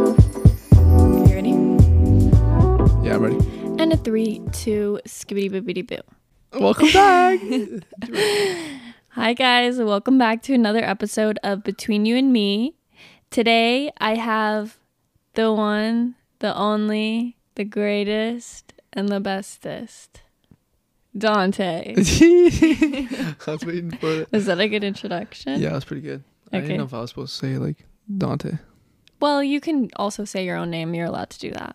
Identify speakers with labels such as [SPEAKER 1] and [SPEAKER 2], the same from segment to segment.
[SPEAKER 1] You ready?
[SPEAKER 2] Yeah, I'm ready.
[SPEAKER 1] And a three, two, skibbity bibbity boo.
[SPEAKER 2] Welcome back.
[SPEAKER 1] Hi, guys. Welcome back to another episode of Between You and Me. Today, I have the one, the only, the greatest, and the bestest, Dante.
[SPEAKER 2] I was waiting for it.
[SPEAKER 1] Was that a good introduction?
[SPEAKER 2] Yeah, that's pretty good. I
[SPEAKER 1] Okay.
[SPEAKER 2] didn't know if I was supposed to say like Dante.
[SPEAKER 1] Well, you can also say your own name. You're allowed to do that.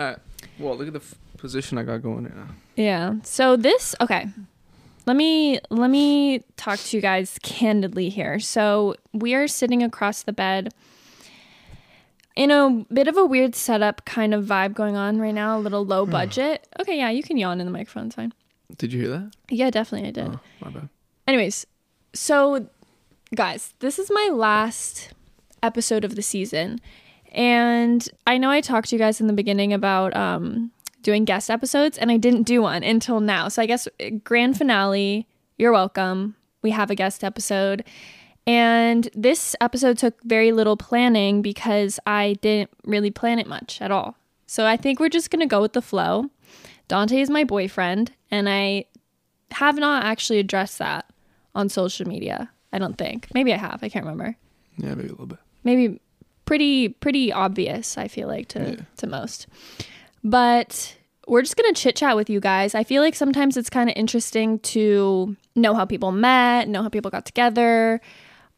[SPEAKER 2] All right. Well, look at the f- position I got going right now.
[SPEAKER 1] Yeah. So this okay. Let me let me talk to you guys candidly here. So we are sitting across the bed in a bit of a weird setup kind of vibe going on right now, a little low budget. Okay, yeah, you can yawn in the microphone, it's fine.
[SPEAKER 2] Did you hear that?
[SPEAKER 1] Yeah, definitely I did.
[SPEAKER 2] Oh, my bad.
[SPEAKER 1] Anyways, so guys, this is my last episode of the season. And I know I talked to you guys in the beginning about um, doing guest episodes, and I didn't do one until now. So I guess uh, grand finale, you're welcome. We have a guest episode. And this episode took very little planning because I didn't really plan it much at all. So I think we're just going to go with the flow. Dante is my boyfriend, and I have not actually addressed that on social media. I don't think. Maybe I have. I can't remember.
[SPEAKER 2] Yeah, maybe a little bit.
[SPEAKER 1] Maybe pretty pretty obvious, I feel like to to most. But we're just going to chit chat with you guys. I feel like sometimes it's kind of interesting to know how people met, know how people got together.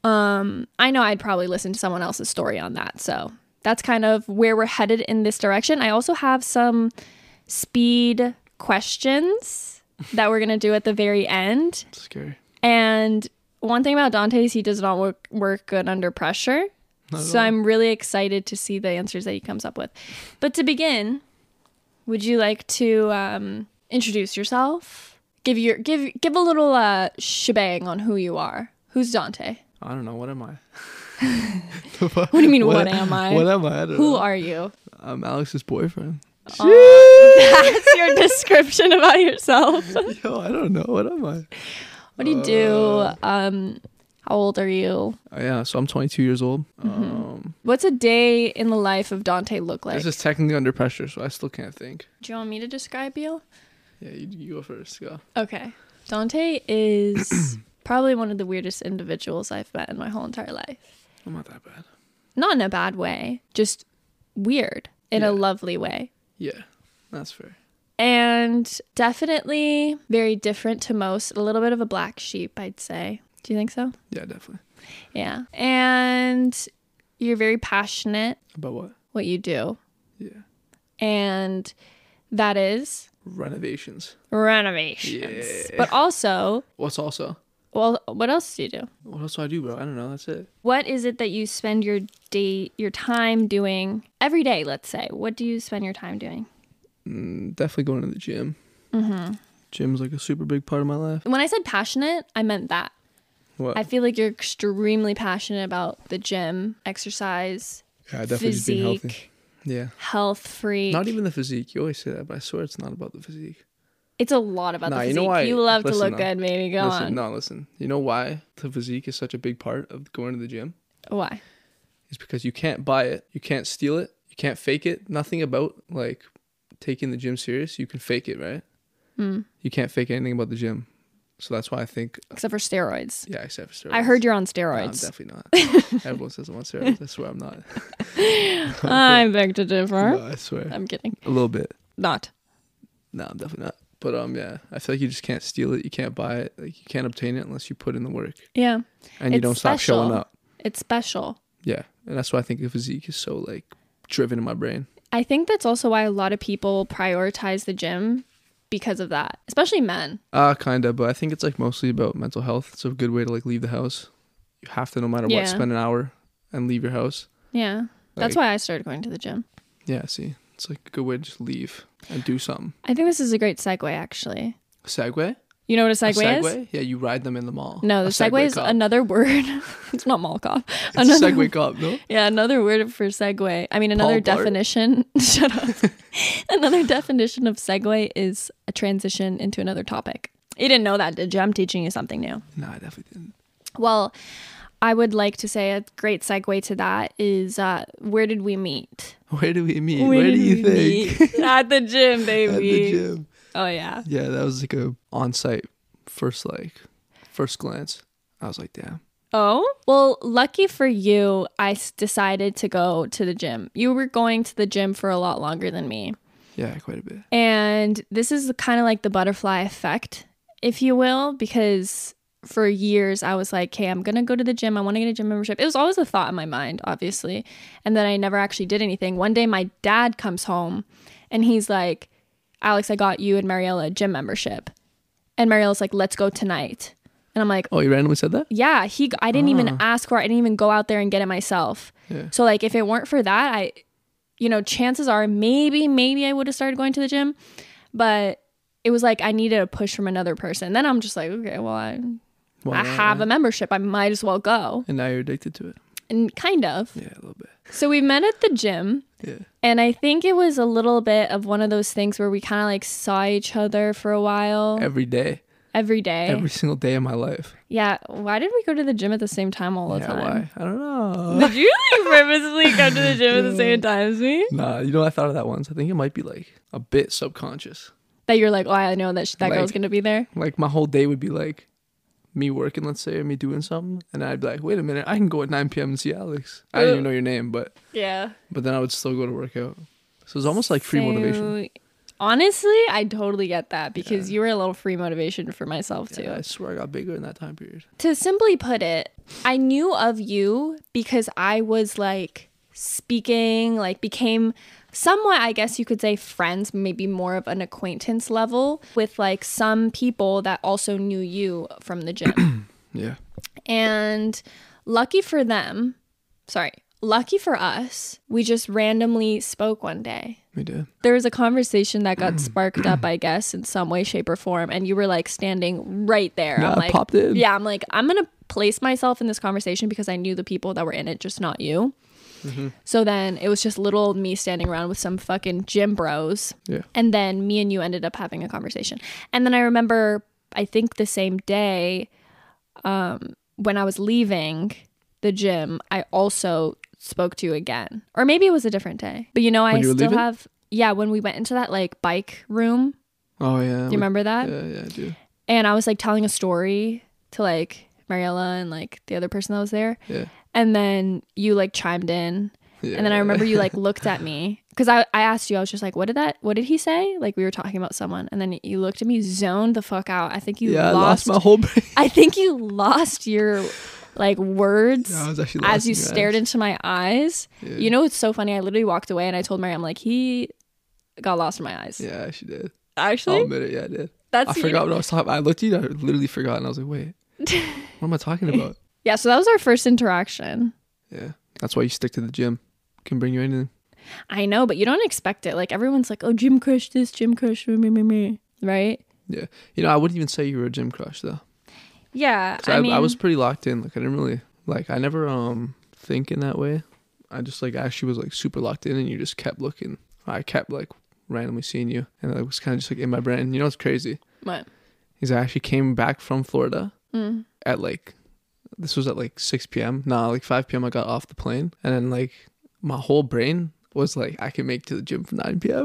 [SPEAKER 1] Um, I know I'd probably listen to someone else's story on that. So that's kind of where we're headed in this direction. I also have some speed questions that we're going to do at the very end.
[SPEAKER 2] It's scary.
[SPEAKER 1] And one thing about Dante is he does not work work good under pressure. So I'm really excited to see the answers that he comes up with. But to begin, would you like to um, introduce yourself? Give your give give a little uh, shebang on who you are. Who's Dante?
[SPEAKER 2] I don't know. What am I?
[SPEAKER 1] What do you mean? What, am I?
[SPEAKER 2] What am I? I don't
[SPEAKER 1] who
[SPEAKER 2] know.
[SPEAKER 1] are Uh, you?
[SPEAKER 2] I'm Alex's boyfriend.
[SPEAKER 1] That's your description about yourself.
[SPEAKER 2] Yo, I don't know. What am I?
[SPEAKER 1] What do you do? Um, how old are you?
[SPEAKER 2] Oh, yeah, so I'm 22 years old.
[SPEAKER 1] Mm-hmm.
[SPEAKER 2] Um,
[SPEAKER 1] What's a day in the life of Dante look like?
[SPEAKER 2] this is technically under pressure, so I still can't think.
[SPEAKER 1] Do you want me to describe you?
[SPEAKER 2] Yeah, you, you go first. Go.
[SPEAKER 1] Okay. Dante is probably one of the weirdest individuals I've met in my whole entire life.
[SPEAKER 2] I'm not that bad.
[SPEAKER 1] Not in a bad way, just weird in a
[SPEAKER 2] Yeah.
[SPEAKER 1] lovely way.
[SPEAKER 2] Yeah, that's fair.
[SPEAKER 1] And definitely very different to most. A little bit of a black sheep, I'd say. Do you think so?
[SPEAKER 2] Yeah, definitely.
[SPEAKER 1] Yeah. And you're very passionate
[SPEAKER 2] About what?
[SPEAKER 1] what you do.
[SPEAKER 2] Yeah.
[SPEAKER 1] And that is
[SPEAKER 2] Renovations.
[SPEAKER 1] renovations. But also,
[SPEAKER 2] What's also?
[SPEAKER 1] well, what else do you do?
[SPEAKER 2] What else do I do, bro? I don't know. That's it.
[SPEAKER 1] what is it that you spend your day your time doing every day let's say what do you spend your time doing
[SPEAKER 2] Definitely going to the gym. Mm-hmm. Gym's like a super big part of my life.
[SPEAKER 1] when i said passionate i meant that
[SPEAKER 2] What?
[SPEAKER 1] i feel like you're extremely passionate about the gym exercise
[SPEAKER 2] yeah,
[SPEAKER 1] physique
[SPEAKER 2] Yeah.
[SPEAKER 1] health free
[SPEAKER 2] Not even the physique. You always say that, but I swear it's not about the physique.
[SPEAKER 1] it's a lot about
[SPEAKER 2] Nah,
[SPEAKER 1] the
[SPEAKER 2] you
[SPEAKER 1] physique
[SPEAKER 2] know
[SPEAKER 1] you,
[SPEAKER 2] why-
[SPEAKER 1] love to
[SPEAKER 2] listen
[SPEAKER 1] look
[SPEAKER 2] up.
[SPEAKER 1] good baby go
[SPEAKER 2] listen,
[SPEAKER 1] on
[SPEAKER 2] no, listen. You know why the physique is such a big part of going to the gym?
[SPEAKER 1] why
[SPEAKER 2] It's because you can't buy it, you can't steal it, you can't fake it. Nothing about like taking the gym serious. You can fake it, right?
[SPEAKER 1] Hmm.
[SPEAKER 2] You can't fake anything about the gym. So that's why I think,
[SPEAKER 1] except for steroids
[SPEAKER 2] yeah, except for steroids.
[SPEAKER 1] i heard you're on
[SPEAKER 2] No, I'm
[SPEAKER 1] steroids
[SPEAKER 2] definitely not. Everyone says I'm on steroids. I swear I'm not.
[SPEAKER 1] i beg to differ
[SPEAKER 2] No, I swear.
[SPEAKER 1] i'm kidding
[SPEAKER 2] A little bit.
[SPEAKER 1] not
[SPEAKER 2] No, I'm definitely not. But um, yeah, I feel like you just can't steal it. You can't buy it. Like you can't obtain it unless you put in the work
[SPEAKER 1] yeah
[SPEAKER 2] and you
[SPEAKER 1] It's
[SPEAKER 2] don't stop showing
[SPEAKER 1] special.
[SPEAKER 2] up.
[SPEAKER 1] it's special
[SPEAKER 2] Yeah, and that's why I think the physique is so like driven in my brain.
[SPEAKER 1] I think that's also why a lot of people prioritize the gym because of that, especially men.
[SPEAKER 2] Uh, kinda, but I think it's like mostly about mental health. It's a good way to like leave the house. You have to, no matter
[SPEAKER 1] Yeah.
[SPEAKER 2] what, spend an hour and leave your house.
[SPEAKER 1] Yeah. That's
[SPEAKER 2] Like-
[SPEAKER 1] why I started going to the gym.
[SPEAKER 2] Yeah, see, it's like a good way to just leave and do something.
[SPEAKER 1] I think this is a great segue, actually.
[SPEAKER 2] Segway?
[SPEAKER 1] You know what a
[SPEAKER 2] A
[SPEAKER 1] segue, is?
[SPEAKER 2] Yeah, you ride them in the mall.
[SPEAKER 1] No, the
[SPEAKER 2] A
[SPEAKER 1] segue, is
[SPEAKER 2] cop.
[SPEAKER 1] another word. it's not mall cop.
[SPEAKER 2] It's a
[SPEAKER 1] another,
[SPEAKER 2] Segway cop, no?
[SPEAKER 1] Yeah, another word for segue. I mean, another
[SPEAKER 2] Paul Blart.
[SPEAKER 1] definition. Shut up. another definition of segue is a transition into another topic. You didn't know that, did you? I'm teaching you something new.
[SPEAKER 2] No, I definitely didn't.
[SPEAKER 1] Well, I would like to say a great segue to that is uh, where did we meet?
[SPEAKER 2] Where do we meet? Where, do you think?
[SPEAKER 1] meet? At the gym, baby.
[SPEAKER 2] At the gym.
[SPEAKER 1] Oh yeah.
[SPEAKER 2] Yeah, that was like a on-site first like first glance. I was like, damn.
[SPEAKER 1] Oh? Well, lucky for you, I s- decided to go to the gym. You were going to the gym for a lot longer than me.
[SPEAKER 2] Yeah, quite a bit.
[SPEAKER 1] And this is kind of like the butterfly effect, if you will, because for years I was like, okay, I'm going to go to the gym. I want to get a gym membership. It was always a thought in my mind, obviously. And then I never actually did anything. One day my dad comes home and he's like, Alex, I got you and Mariella a gym membership. And Mariella's like, let's go tonight. And I'm like,
[SPEAKER 2] Oh, you randomly said that?
[SPEAKER 1] yeah, he. I didn't
[SPEAKER 2] Ah.
[SPEAKER 1] even ask for. it. I didn't even go out there and get it myself. So like, if it weren't for that, I, you know, chances are maybe maybe I would have started going to the gym, but it was like I needed a push from another person. Then I'm just like, okay, well I,
[SPEAKER 2] Why
[SPEAKER 1] I
[SPEAKER 2] not,
[SPEAKER 1] have
[SPEAKER 2] right?
[SPEAKER 1] a membership. I might as well go.
[SPEAKER 2] And now you're addicted to it.
[SPEAKER 1] And kind of.
[SPEAKER 2] Yeah, a little bit.
[SPEAKER 1] So we met at the gym.
[SPEAKER 2] Yeah.
[SPEAKER 1] And I think it was a little bit of one of those things where we kind of like saw each other for a while
[SPEAKER 2] Every day.
[SPEAKER 1] every day.
[SPEAKER 2] Every single day of my life.
[SPEAKER 1] yeah. Why did we go to the gym at the same time all the
[SPEAKER 2] Yeah,
[SPEAKER 1] time?
[SPEAKER 2] why? I don't know.
[SPEAKER 1] Did you like purposely come to the gym at the same time as me?
[SPEAKER 2] Nah, you know I thought of that once. I think it might be like a bit subconscious.
[SPEAKER 1] That you're like, oh, I know that sh- that
[SPEAKER 2] Like-
[SPEAKER 1] girl's gonna be there.
[SPEAKER 2] Like my whole day would be like me working, let's say, or me doing something, and I'd be like, "Wait a minute, I can go at 9 p.m. and see Alex." I didn't even know your name, but
[SPEAKER 1] Yeah.
[SPEAKER 2] but then I would still go to work out. So it's almost like free motivation.
[SPEAKER 1] Honestly, I totally get that because you were a little free motivation for myself too.
[SPEAKER 2] Yeah, I swear I got bigger in that time period.
[SPEAKER 1] To simply put it, I knew of you because I was like speaking, like became somewhat, I guess you could say, friends, maybe more of an acquaintance level with like some people that also knew you from the gym.
[SPEAKER 2] Yeah.
[SPEAKER 1] And lucky for them, sorry, lucky for us, we just randomly spoke one day.
[SPEAKER 2] We did.
[SPEAKER 1] There was a conversation that
[SPEAKER 2] Mm.
[SPEAKER 1] got sparked up, I guess, in some way, shape, or form. And you were like standing right there.
[SPEAKER 2] Yeah,
[SPEAKER 1] I'm
[SPEAKER 2] I
[SPEAKER 1] like,
[SPEAKER 2] popped in.
[SPEAKER 1] Yeah, I'm like, I'm going to place myself in this conversation because I knew the people that were in it, just not you. So then it was just little old me standing around with some fucking gym bros.
[SPEAKER 2] Yeah.
[SPEAKER 1] And then me and you ended up having a conversation. And then I remember, I think the same day, um, when I was leaving the gym, I also spoke to you again. Or maybe it was a different day. But you know, I
[SPEAKER 2] you were
[SPEAKER 1] still
[SPEAKER 2] leaving?
[SPEAKER 1] have, yeah, when we went into that like bike room,
[SPEAKER 2] Oh yeah.
[SPEAKER 1] do you remember that?
[SPEAKER 2] Yeah, yeah, I do.
[SPEAKER 1] And I was like telling a story to like Mariella and like the other person that was there.
[SPEAKER 2] Yeah.
[SPEAKER 1] And then you like chimed in. And then I remember you like looked at me because I, I asked you, I was just like, what did that, what did he say? Like we were talking about someone. And then you looked at me, zoned the fuck out. I think you
[SPEAKER 2] Yeah, I
[SPEAKER 1] lost,
[SPEAKER 2] lost my whole brain.
[SPEAKER 1] I think you lost your like words
[SPEAKER 2] Yeah, I was actually
[SPEAKER 1] as
[SPEAKER 2] lost
[SPEAKER 1] you
[SPEAKER 2] in your
[SPEAKER 1] stared
[SPEAKER 2] eyes.
[SPEAKER 1] into my eyes. You know, it's so funny. I literally walked away and I told Mary, I'm like, he got lost in my eyes.
[SPEAKER 2] Yeah, she did.
[SPEAKER 1] Actually,
[SPEAKER 2] I'll admit it. Yeah, I did.
[SPEAKER 1] That's
[SPEAKER 2] I
[SPEAKER 1] you-
[SPEAKER 2] forgot what I was talking. I looked at you. I literally forgot, and I was like, "Wait, what am I talking about?"
[SPEAKER 1] yeah. So that was our first interaction.
[SPEAKER 2] Yeah, that's why you stick to the gym. Can bring you anything.
[SPEAKER 1] I know, but you don't expect it. Like everyone's like, oh, gym crush this, gym crush me, me, me, me. Right?
[SPEAKER 2] Yeah, you know, I wouldn't even say you were a gym crush though.
[SPEAKER 1] Yeah.
[SPEAKER 2] 'Cause
[SPEAKER 1] I,
[SPEAKER 2] I, I,
[SPEAKER 1] mean,
[SPEAKER 2] was pretty locked in. Like I didn't really like. I never um think in that way. I just like actually was like super locked in, and you just kept looking. I kept like randomly seeing you, and it was kind of just like in my brain. And you know what's crazy
[SPEAKER 1] what?
[SPEAKER 2] is I actually came back from Florida at like this was at like 6 p.m. Nah, like 5 p.m. I got off the plane, and then like my whole brain was like, I can make it to the gym for 9 p.m.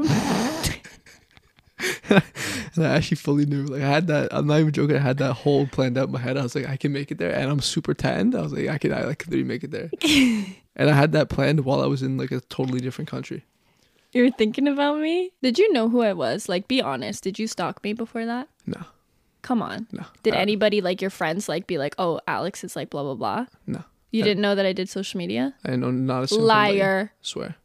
[SPEAKER 2] and I actually fully knew. Like I had that. I'm not even joking. I had that whole planned out in my head. I was like, I can make it there, and I'm super tanned. I was like, I can. I like literally make it there. and I had that planned while I was in like a totally different country.
[SPEAKER 1] You were thinking about me? Did you know who I was? Like, be honest. Did you stalk me before that?
[SPEAKER 2] No,
[SPEAKER 1] Come on.
[SPEAKER 2] no,
[SPEAKER 1] Did
[SPEAKER 2] Uh,
[SPEAKER 1] anybody, like your friends, like be like, oh, Alex is like blah, blah, blah?
[SPEAKER 2] No,
[SPEAKER 1] You didn't know that I did social media?
[SPEAKER 2] I know not a single thing about you.
[SPEAKER 1] Liar.
[SPEAKER 2] Swear.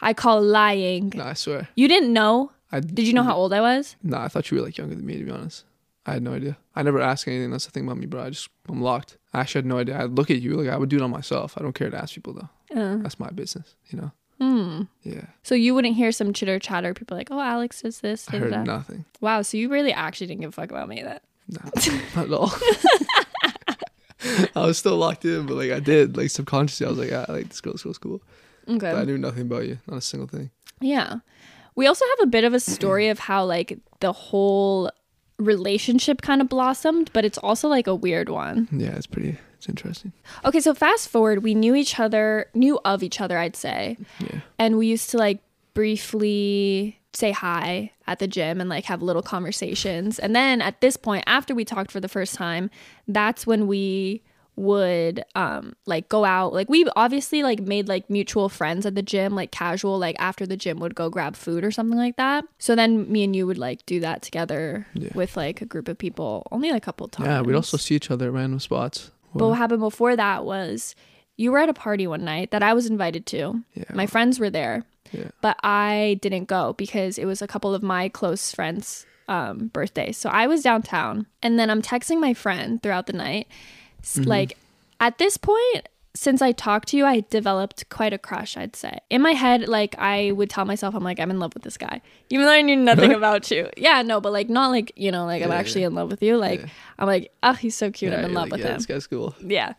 [SPEAKER 1] I call lying.
[SPEAKER 2] No, I swear.
[SPEAKER 1] You didn't know?
[SPEAKER 2] I
[SPEAKER 1] Did you know how old I was?
[SPEAKER 2] Nah, I thought you were like younger than me. To be honest, I had no idea. I never ask anything. That's the thing about me, bro. I just I'm locked. I actually had no idea. I look at you like I would do it on myself. I don't care to ask people though.
[SPEAKER 1] Uh.
[SPEAKER 2] That's my business, you know.
[SPEAKER 1] Hmm.
[SPEAKER 2] Mm. Yeah,
[SPEAKER 1] So you wouldn't hear some chitter chatter. People like, oh, Alex does this.
[SPEAKER 2] I
[SPEAKER 1] da, da,
[SPEAKER 2] heard
[SPEAKER 1] da."
[SPEAKER 2] nothing.
[SPEAKER 1] Wow. So you really actually didn't give a fuck about me that.
[SPEAKER 2] Nah, not at all. I was still locked in, but like I did, like subconsciously, I was like, yeah, I like this girl. This girl's cool.
[SPEAKER 1] Okay.
[SPEAKER 2] But I knew nothing about you, not a single thing.
[SPEAKER 1] Yeah. We also have a bit of a story of how like the whole relationship kind of blossomed, but it's also like a weird one.
[SPEAKER 2] Yeah, it's pretty. It's interesting.
[SPEAKER 1] Okay, so fast forward, we knew each other, knew of each other, I'd say.
[SPEAKER 2] Yeah.
[SPEAKER 1] And we used to like briefly say hi at the gym and like have little conversations. And then at this point, after we talked for the first time, that's when we would um like go out like we obviously like made like mutual friends at the gym like casual like after the gym would go grab food or something like that so then me and you would like do that together with like a group of people only a couple times
[SPEAKER 2] Yeah, we'd also see each other at random spots.
[SPEAKER 1] but what happened before that was you were at a party one night that I was invited to.
[SPEAKER 2] Yeah.
[SPEAKER 1] My friends were there,
[SPEAKER 2] Yeah.
[SPEAKER 1] but I didn't go because it was a couple of my close friends' um, birthdays. So I was downtown, and then I'm texting my friend throughout the night. S-
[SPEAKER 2] Mm-hmm.
[SPEAKER 1] Like at this point, since I talked to you, I developed quite a crush, I'd say. In my head, like I would tell myself, I'm like, I'm in love with this guy, even though I knew nothing about you. Yeah, no, but like not like you know, like I'm actually in love with you. Like I'm like, oh, he's so cute. I'm
[SPEAKER 2] Yeah,
[SPEAKER 1] in
[SPEAKER 2] you're
[SPEAKER 1] love
[SPEAKER 2] like,
[SPEAKER 1] with
[SPEAKER 2] yeah,
[SPEAKER 1] him.
[SPEAKER 2] This guy's cool.
[SPEAKER 1] Yeah.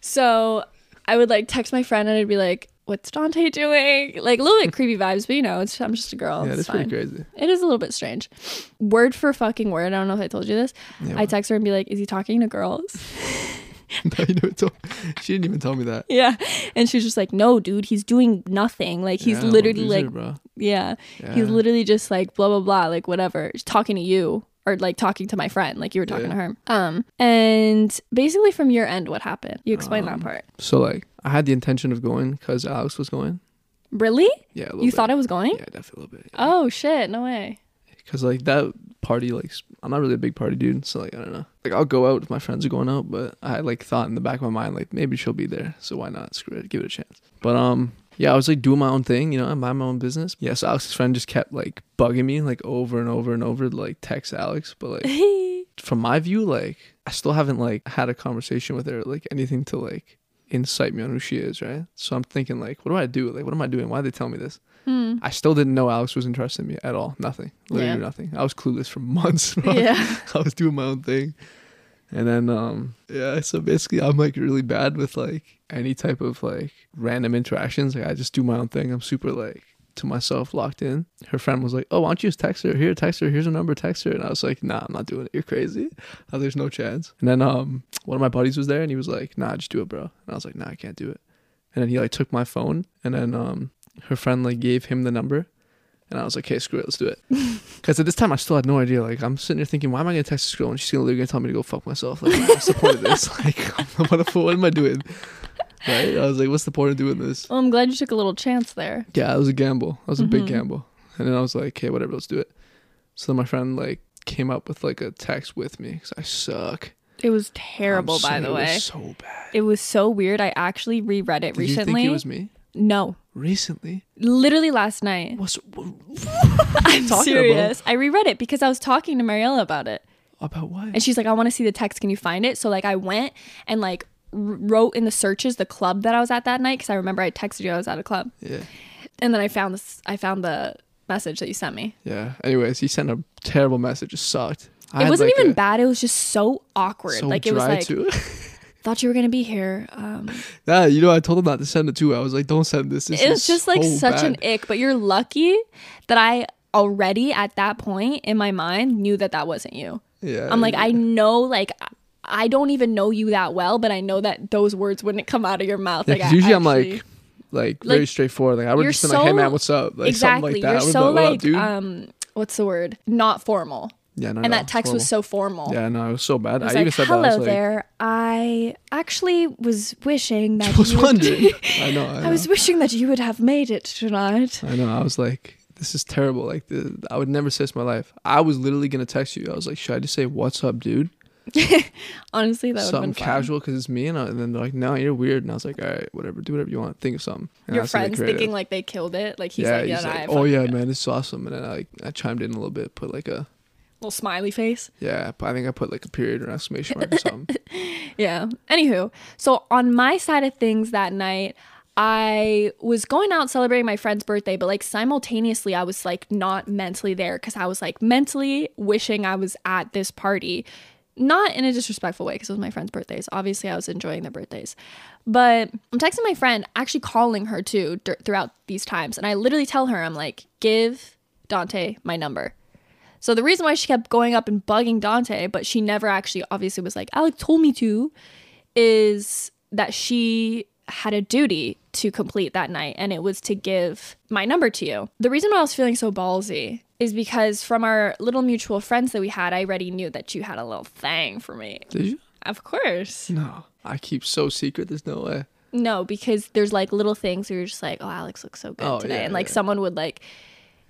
[SPEAKER 1] So I would like text my friend and I'd be like, "What's Dante doing?" Like a little bit creepy vibes, but you know, it's, I'm just a girl.
[SPEAKER 2] Yeah,
[SPEAKER 1] it's
[SPEAKER 2] that's pretty
[SPEAKER 1] fine.
[SPEAKER 2] crazy.
[SPEAKER 1] It is a little bit strange. Word for fucking word. I don't know if I told you this. I text her and be like, "Is he talking to girls?"
[SPEAKER 2] No, you never told- she didn't even tell me that.
[SPEAKER 1] yeah, and she's just like, "No, dude, he's doing nothing. Like he's
[SPEAKER 2] Yeah, I'm a
[SPEAKER 1] literally
[SPEAKER 2] loser,
[SPEAKER 1] like,
[SPEAKER 2] bro.
[SPEAKER 1] yeah, he's
[SPEAKER 2] Yeah.
[SPEAKER 1] literally just like blah blah blah, like whatever, just talking to you." Or like talking to my friend, like you were talking to her. Um, and basically from your end, what happened? You explain
[SPEAKER 2] Um,
[SPEAKER 1] that part.
[SPEAKER 2] So like, I had the intention of going because Alex was going.
[SPEAKER 1] Really?
[SPEAKER 2] Yeah, a little
[SPEAKER 1] You
[SPEAKER 2] bit.
[SPEAKER 1] thought I was going?
[SPEAKER 2] Yeah, definitely a little bit.
[SPEAKER 1] Oh shit! No way.
[SPEAKER 2] Because like that party, like s- I'm not really a big party dude, so like I don't know. Like I'll go out if my friends are going out, but I had, like thought in the back of my mind like maybe she'll be there, so why not? Screw it, give it a chance. But um, yeah, I was like doing my own thing, you know, I mind my own business. Yeah, so Alex's friend just kept like bugging me like over and over and over, to, like text Alex, but like from my view, like I still haven't like had a conversation with her, like anything to like incite me on who she is, right? So I'm thinking like, what do I do? Like, what am I doing? Why did they tell me this? I still didn't know Alex was interested in me at all. Nothing. Literally
[SPEAKER 1] Yeah.
[SPEAKER 2] knew nothing. I was clueless for months. bro.
[SPEAKER 1] Yeah.
[SPEAKER 2] I was doing my own thing. And then um yeah, so basically I'm like really bad with like any type of like random interactions. Like I just do my own thing. I'm super like to myself locked in. Her friend was like, Oh, why don't you just text her? Here, text her, here's her number, text her. And I was like, nah, I'm not doing it. You're crazy. Oh, there's no chance. And then um one of my buddies was there and he was like, Nah, just do it, bro. And I was like, Nah, I can't do it. And then he like took my phone and then um her friend like gave him the number and I was like, hey, screw it, let's do it. Because at this time, I still had no idea. Like, I'm sitting there thinking, why am I going to text this girl and she's gonna literally going to tell me to go fuck myself? Like, what's the point of this? Like, what, the- what am I doing? Right? I was like, what's the point of doing this?
[SPEAKER 1] Well, I'm glad you took a little chance there.
[SPEAKER 2] Yeah, it was a gamble. That was a
[SPEAKER 1] Mm-hmm.
[SPEAKER 2] big gamble. And then I was like, hey, whatever, let's do it. So then my friend, like, came up with, like, a text with me because I suck.
[SPEAKER 1] It was terrible,
[SPEAKER 2] I'm so-
[SPEAKER 1] by the
[SPEAKER 2] it was
[SPEAKER 1] way.
[SPEAKER 2] so bad.
[SPEAKER 1] it was so weird. I actually reread it
[SPEAKER 2] Did
[SPEAKER 1] recently.
[SPEAKER 2] you think it was me?
[SPEAKER 1] No,
[SPEAKER 2] Recently?
[SPEAKER 1] literally last night.
[SPEAKER 2] What's, what,
[SPEAKER 1] I'm
[SPEAKER 2] talking
[SPEAKER 1] serious. I reread it because I was talking to Mariella about it,
[SPEAKER 2] about what?
[SPEAKER 1] and she's like, "I want to see the text. Can you find it?" So like, I went and like r- wrote in the searches the club that I was at that night because I remember I texted you I was at a club,
[SPEAKER 2] yeah.
[SPEAKER 1] and then I found this. I found the message that you sent me.
[SPEAKER 2] Yeah. Anyways, he sent a terrible message. It sucked. I
[SPEAKER 1] it
[SPEAKER 2] had,
[SPEAKER 1] wasn't
[SPEAKER 2] like,
[SPEAKER 1] even
[SPEAKER 2] a-
[SPEAKER 1] bad. It was just so awkward.
[SPEAKER 2] So
[SPEAKER 1] like
[SPEAKER 2] dry
[SPEAKER 1] it was like,
[SPEAKER 2] too.
[SPEAKER 1] thought you were gonna be here. Um,
[SPEAKER 2] yeah, you know, I told him not to send it too. I was like, don't send this. this
[SPEAKER 1] it
[SPEAKER 2] is
[SPEAKER 1] was just like
[SPEAKER 2] so
[SPEAKER 1] such an
[SPEAKER 2] bad."
[SPEAKER 1] ick but you're lucky that i already at that point in my mind knew that that wasn't you
[SPEAKER 2] Yeah,
[SPEAKER 1] i'm like i know like I- i don't even know you that well but i know that those words wouldn't come out of your mouth
[SPEAKER 2] Yeah,
[SPEAKER 1] like
[SPEAKER 2] 'cause
[SPEAKER 1] I
[SPEAKER 2] usually I'm
[SPEAKER 1] actually-
[SPEAKER 2] like, like very
[SPEAKER 1] Like,
[SPEAKER 2] straightforward. Like I would
[SPEAKER 1] you're
[SPEAKER 2] just been like, hey
[SPEAKER 1] so-
[SPEAKER 2] man, what's up? Like
[SPEAKER 1] exactly
[SPEAKER 2] something like that. I
[SPEAKER 1] you're
[SPEAKER 2] would've
[SPEAKER 1] so
[SPEAKER 2] been what up,
[SPEAKER 1] like
[SPEAKER 2] dude?
[SPEAKER 1] um what's the word not formal
[SPEAKER 2] yeah, no,
[SPEAKER 1] and that text was so formal
[SPEAKER 2] Yeah, no, it was so bad.
[SPEAKER 1] I was
[SPEAKER 2] I
[SPEAKER 1] like,
[SPEAKER 2] even said
[SPEAKER 1] hello
[SPEAKER 2] that. I was like,
[SPEAKER 1] there. I actually was wishing that
[SPEAKER 2] I was
[SPEAKER 1] you would-
[SPEAKER 2] wondering. I know. I,
[SPEAKER 1] I was
[SPEAKER 2] know.
[SPEAKER 1] wishing that you would have made it tonight.
[SPEAKER 2] I know. I was like, this is terrible. Like, the, I would never say this in my life. I was literally gonna text you. I was like, should I just say what's up, dude?
[SPEAKER 1] Honestly, that would have
[SPEAKER 2] something
[SPEAKER 1] been
[SPEAKER 2] casual because it's me, and, I, and then they're like, "No, you're weird." And I was like, "All right, whatever. Do whatever you want. Think of something."
[SPEAKER 1] Fun.
[SPEAKER 2] And
[SPEAKER 1] Your
[SPEAKER 2] that's what they
[SPEAKER 1] friends
[SPEAKER 2] created.
[SPEAKER 1] thinking like they killed it. Like he's like, yeah,
[SPEAKER 2] he's
[SPEAKER 1] nah, I
[SPEAKER 2] like,
[SPEAKER 1] fucking
[SPEAKER 2] "Oh yeah,
[SPEAKER 1] did it."
[SPEAKER 2] man, it's awesome." And then I like I chimed in a little bit, put like a
[SPEAKER 1] Little smiley face.
[SPEAKER 2] yeah, but I think I put like a period or an exclamation mark or something.
[SPEAKER 1] Yeah. Anywho, so on my side of things that night, I was going out celebrating my friend's birthday, but like simultaneously, I was like not mentally there because I was like mentally wishing I was at this party. Not in a disrespectful way because it was my friend's birthdays. Obviously, I was enjoying their birthdays. But I'm texting my friend, actually calling her too dur- throughout these times. And I literally tell her, I'm like, give Dante my number. So the reason why she kept going up and bugging Dante, but she never actually obviously was like, Alec told me to, is that she had a duty to complete that night and it was to give my number to you. The reason why I was feeling so ballsy is because from our little mutual friends that we had, I already knew that you had a little thing for me.
[SPEAKER 2] Did you?
[SPEAKER 1] Of course.
[SPEAKER 2] No, I keep so secret. There's no way.
[SPEAKER 1] No, because there's like little things where you're just like, oh, Alex looks so good
[SPEAKER 2] Oh,
[SPEAKER 1] today.
[SPEAKER 2] yeah,
[SPEAKER 1] and like
[SPEAKER 2] yeah.
[SPEAKER 1] someone would like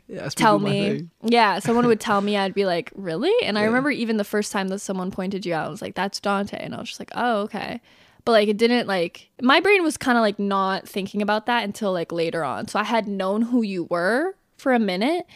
[SPEAKER 2] Yeah, that's
[SPEAKER 1] tell
[SPEAKER 2] my
[SPEAKER 1] me.
[SPEAKER 2] thing.
[SPEAKER 1] Yeah, someone would tell me, I'd be like, really? And I remember even the first time that someone pointed you out, I was like, that's Dante. And I was just like, oh, okay. But like, it didn't like, my brain was kind of like not thinking about that until like later on. So I had known who you were for a minute,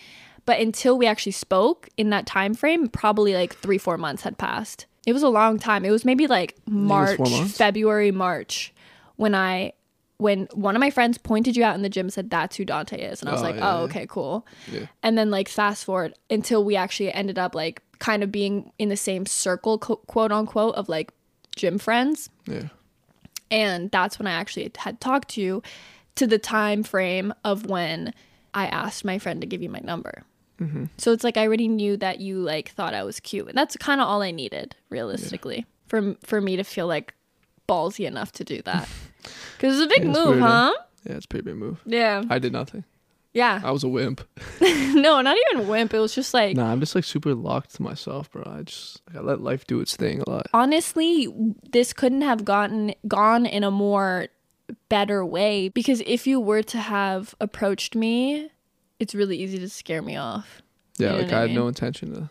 [SPEAKER 1] but until we actually spoke in that time frame, probably like three, four months had passed. It was a long time. It was maybe like
[SPEAKER 2] was
[SPEAKER 1] March,
[SPEAKER 2] four months?
[SPEAKER 1] February, March when I. When one of my friends pointed you out in the gym, said that's who Dante is, and I was
[SPEAKER 2] Oh,
[SPEAKER 1] like,
[SPEAKER 2] yeah,
[SPEAKER 1] "Oh,
[SPEAKER 2] yeah.
[SPEAKER 1] okay, cool."
[SPEAKER 2] Yeah.
[SPEAKER 1] And then like fast forward until we actually ended up like kind of being in the same circle, co- quote unquote, of like gym friends.
[SPEAKER 2] Yeah.
[SPEAKER 1] And that's when I actually had talked to you to the time frame of when I asked my friend to give you my number.
[SPEAKER 2] Mm-hmm.
[SPEAKER 1] So it's like I already knew that you like thought I was cute, and that's kind of all I needed realistically for for me to feel like ballsy enough to do that. Because it's a big
[SPEAKER 2] Yeah, it's
[SPEAKER 1] move,
[SPEAKER 2] weird,
[SPEAKER 1] huh?
[SPEAKER 2] huh? Yeah, it's a pretty big move.
[SPEAKER 1] Yeah.
[SPEAKER 2] I did nothing.
[SPEAKER 1] yeah.
[SPEAKER 2] I was a wimp.
[SPEAKER 1] no, not even wimp. It was just like
[SPEAKER 2] Nah, I'm just like super locked to myself, bro. I just like, I let life do its thing a lot.
[SPEAKER 1] honestly this couldn't have gotten gone in a more better way because if you were to have approached me it's really easy to scare me off
[SPEAKER 2] Yeah,
[SPEAKER 1] know
[SPEAKER 2] like
[SPEAKER 1] what I
[SPEAKER 2] I, had
[SPEAKER 1] mean?
[SPEAKER 2] no intention to,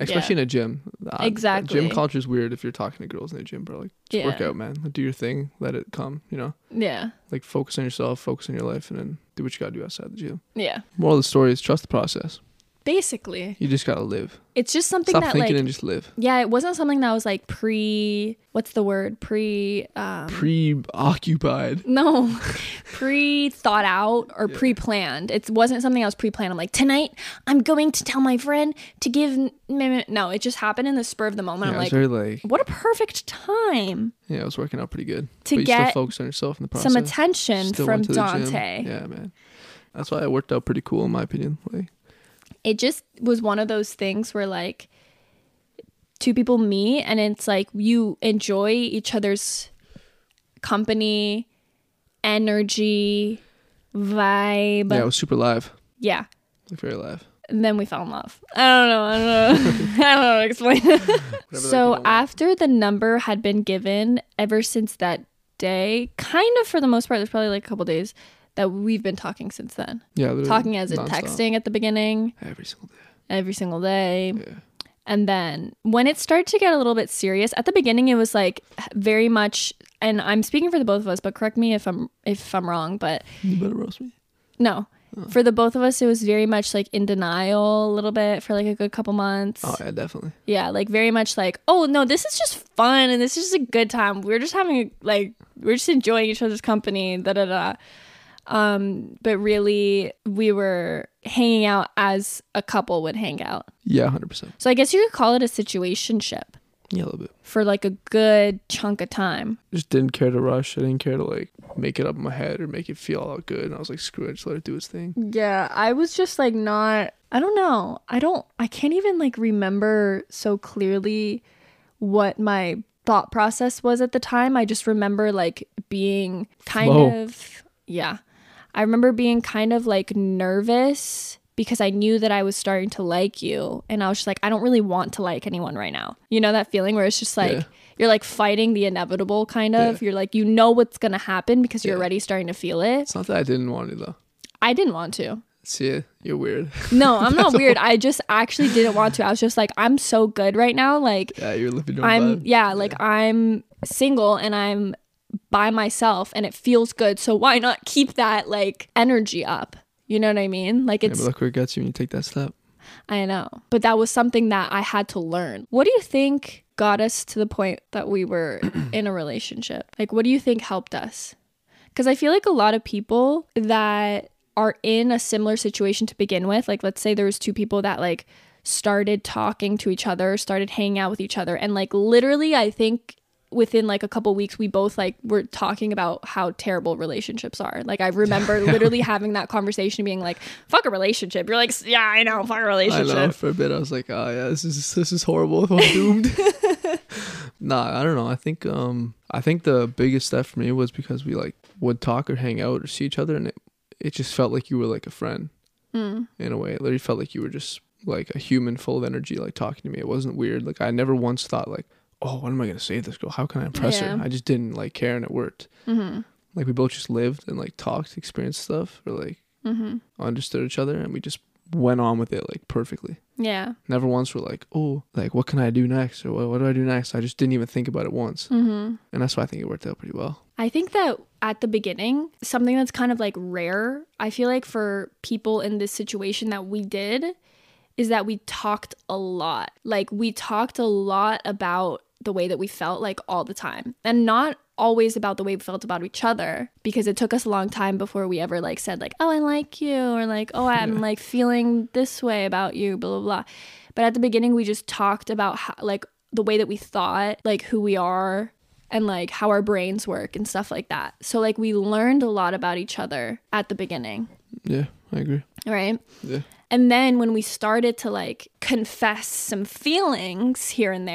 [SPEAKER 2] especially in a gym. Uh,
[SPEAKER 1] Exactly.
[SPEAKER 2] Gym culture is weird if you're talking to girls in the gym, bro. Like just work
[SPEAKER 1] Yeah.
[SPEAKER 2] out, man. Like, do your thing. Let it come. You know,
[SPEAKER 1] yeah
[SPEAKER 2] like focus on yourself, focus on your life, and then do what you gotta do outside the gym.
[SPEAKER 1] yeah
[SPEAKER 2] Moral of the story is trust the process.
[SPEAKER 1] basically
[SPEAKER 2] You just gotta live.
[SPEAKER 1] it's just something
[SPEAKER 2] Stop
[SPEAKER 1] that
[SPEAKER 2] thinking
[SPEAKER 1] like
[SPEAKER 2] and just live.
[SPEAKER 1] yeah it wasn't something that was like pre what's the word pre um
[SPEAKER 2] Preoccupied.
[SPEAKER 1] no pre thought out or pre planned it wasn't something i was pre planned i'm like tonight i'm going to tell my friend to give n- n- n-" no it just happened in the spur of the moment
[SPEAKER 2] Yeah,
[SPEAKER 1] i'm
[SPEAKER 2] I was very
[SPEAKER 1] like
[SPEAKER 2] like
[SPEAKER 1] what a perfect time
[SPEAKER 2] yeah, it was working out pretty good.
[SPEAKER 1] To
[SPEAKER 2] but you
[SPEAKER 1] get
[SPEAKER 2] still focus on yourself in the process.
[SPEAKER 1] some attention
[SPEAKER 2] Still
[SPEAKER 1] from
[SPEAKER 2] went to the gym.
[SPEAKER 1] Dante.
[SPEAKER 2] Yeah, man. That's why it worked out pretty cool in my opinion. Like
[SPEAKER 1] It just was one of those things where like two people meet and it's like you enjoy each other's company, energy, vibe.
[SPEAKER 2] yeah, it
[SPEAKER 1] Yeah.
[SPEAKER 2] was super live. Like very live.
[SPEAKER 1] And then we fell in love. I don't know. I don't know. I don't know how to explain it.
[SPEAKER 2] Whatever that
[SPEAKER 1] So
[SPEAKER 2] people want.
[SPEAKER 1] after the number had been given, ever since that day, kind of for the most part, there's probably like a couple days that we've been talking since then.
[SPEAKER 2] yeah, literally
[SPEAKER 1] Talking as in
[SPEAKER 2] nonstop.
[SPEAKER 1] texting at the beginning.
[SPEAKER 2] every single day.
[SPEAKER 1] every single day.
[SPEAKER 2] Yeah.
[SPEAKER 1] And then when it started to get a little bit serious, at the beginning it was like very much and I'm speaking for the both of us, but correct me if I'm if I'm wrong, but
[SPEAKER 2] You better roast me.
[SPEAKER 1] no. For the both of us it was very much like in denial a little bit for like a good couple months.
[SPEAKER 2] Oh yeah, definitely.
[SPEAKER 1] Yeah, like very much like, "Oh, no, this is just fun and this is just a good time. We're just having a, like we're just enjoying each other's company." Da da da. Um, but really we were hanging out as a couple would hang out.
[SPEAKER 2] Yeah, hundred percent.
[SPEAKER 1] So I guess you could call it a situationship
[SPEAKER 2] Yeah, a little bit.
[SPEAKER 1] for like a good chunk of time.
[SPEAKER 2] Just didn't care to rush. I didn't care to like make it up in my head or make it feel all good. And I was like, screw it, just let it do its thing.
[SPEAKER 1] Yeah, I was just like not I don't know. I don't I can't even like remember so clearly what my thought process was at the time. I just remember like being kind
[SPEAKER 2] Flow.
[SPEAKER 1] of yeah. I remember being kind of like nervous because I knew that I was starting to like you and I was just like I don't really want to like anyone right now. You know that feeling where it's just like
[SPEAKER 2] Yeah.
[SPEAKER 1] you're like fighting the inevitable kind of. You're like you know what's going to happen because you're already starting to feel it.
[SPEAKER 2] It's not that I didn't want to though.
[SPEAKER 1] I didn't want to.
[SPEAKER 2] See, you're weird.
[SPEAKER 1] No, I'm not weird. I just actually didn't want to. I was just like, I'm so good right now. Like,
[SPEAKER 2] yeah, you're living your
[SPEAKER 1] I'm
[SPEAKER 2] vibe.
[SPEAKER 1] yeah, like I'm single and I'm by myself and it feels good. So why not keep that like energy up? You know what I mean? Like
[SPEAKER 2] Yeah,
[SPEAKER 1] it's
[SPEAKER 2] but look where it gets you when you take that step.
[SPEAKER 1] I know. But that was something that I had to learn. What do you think got us to the point that we were in a relationship? Like what do you think helped us? Cuz I feel like a lot of people that are in a similar situation to begin with, like let's say there was two people that like started talking to each other, started hanging out with each other and like literally I think within like a couple weeks we both like were talking about how terrible relationships are like i remember literally having that conversation being like fuck a relationship you're like yeah i know fuck a
[SPEAKER 2] I
[SPEAKER 1] relationship
[SPEAKER 2] know. For a bit, I was like, oh yeah, this is this is horrible. I'm doomed. nah, I don't know. I think um, I think the biggest step for me was because we like would talk or hang out or see each other, and it it just felt like you were like a friend in a way. It literally felt like you were just like a human full of energy, like talking to me. It wasn't weird. Like I never once thought like, oh, what am I gonna say to this girl? How can I impress
[SPEAKER 1] Yeah.
[SPEAKER 2] her? I just didn't like care, and it worked. Like we both just lived and like talked, experienced stuff, or like understood each other, and we just went on with it like perfectly.
[SPEAKER 1] yeah
[SPEAKER 2] Never once were like, oh, like what can I do next or what, what do I do next? I just didn't even think about it once, mm-hmm. and that's why I think it worked out pretty well.
[SPEAKER 1] I think that at the beginning, something that's kind of like rare, I feel like for people in this situation that we did, is that we talked a lot. Like, we talked a lot about the way that we felt, like, all the time. And not always about the way we felt about each other because it took us a long time before we ever like said like oh i like you or like oh i'm like feeling this way about you blah blah blah but at the beginning we just talked about how, like the way that we thought like who we are and like how our brains work and stuff like that. So like we learned a lot about each other at the beginning,
[SPEAKER 2] Yeah, I agree.
[SPEAKER 1] right?
[SPEAKER 2] Yeah.
[SPEAKER 1] And then when we started to like confess some feelings here and there,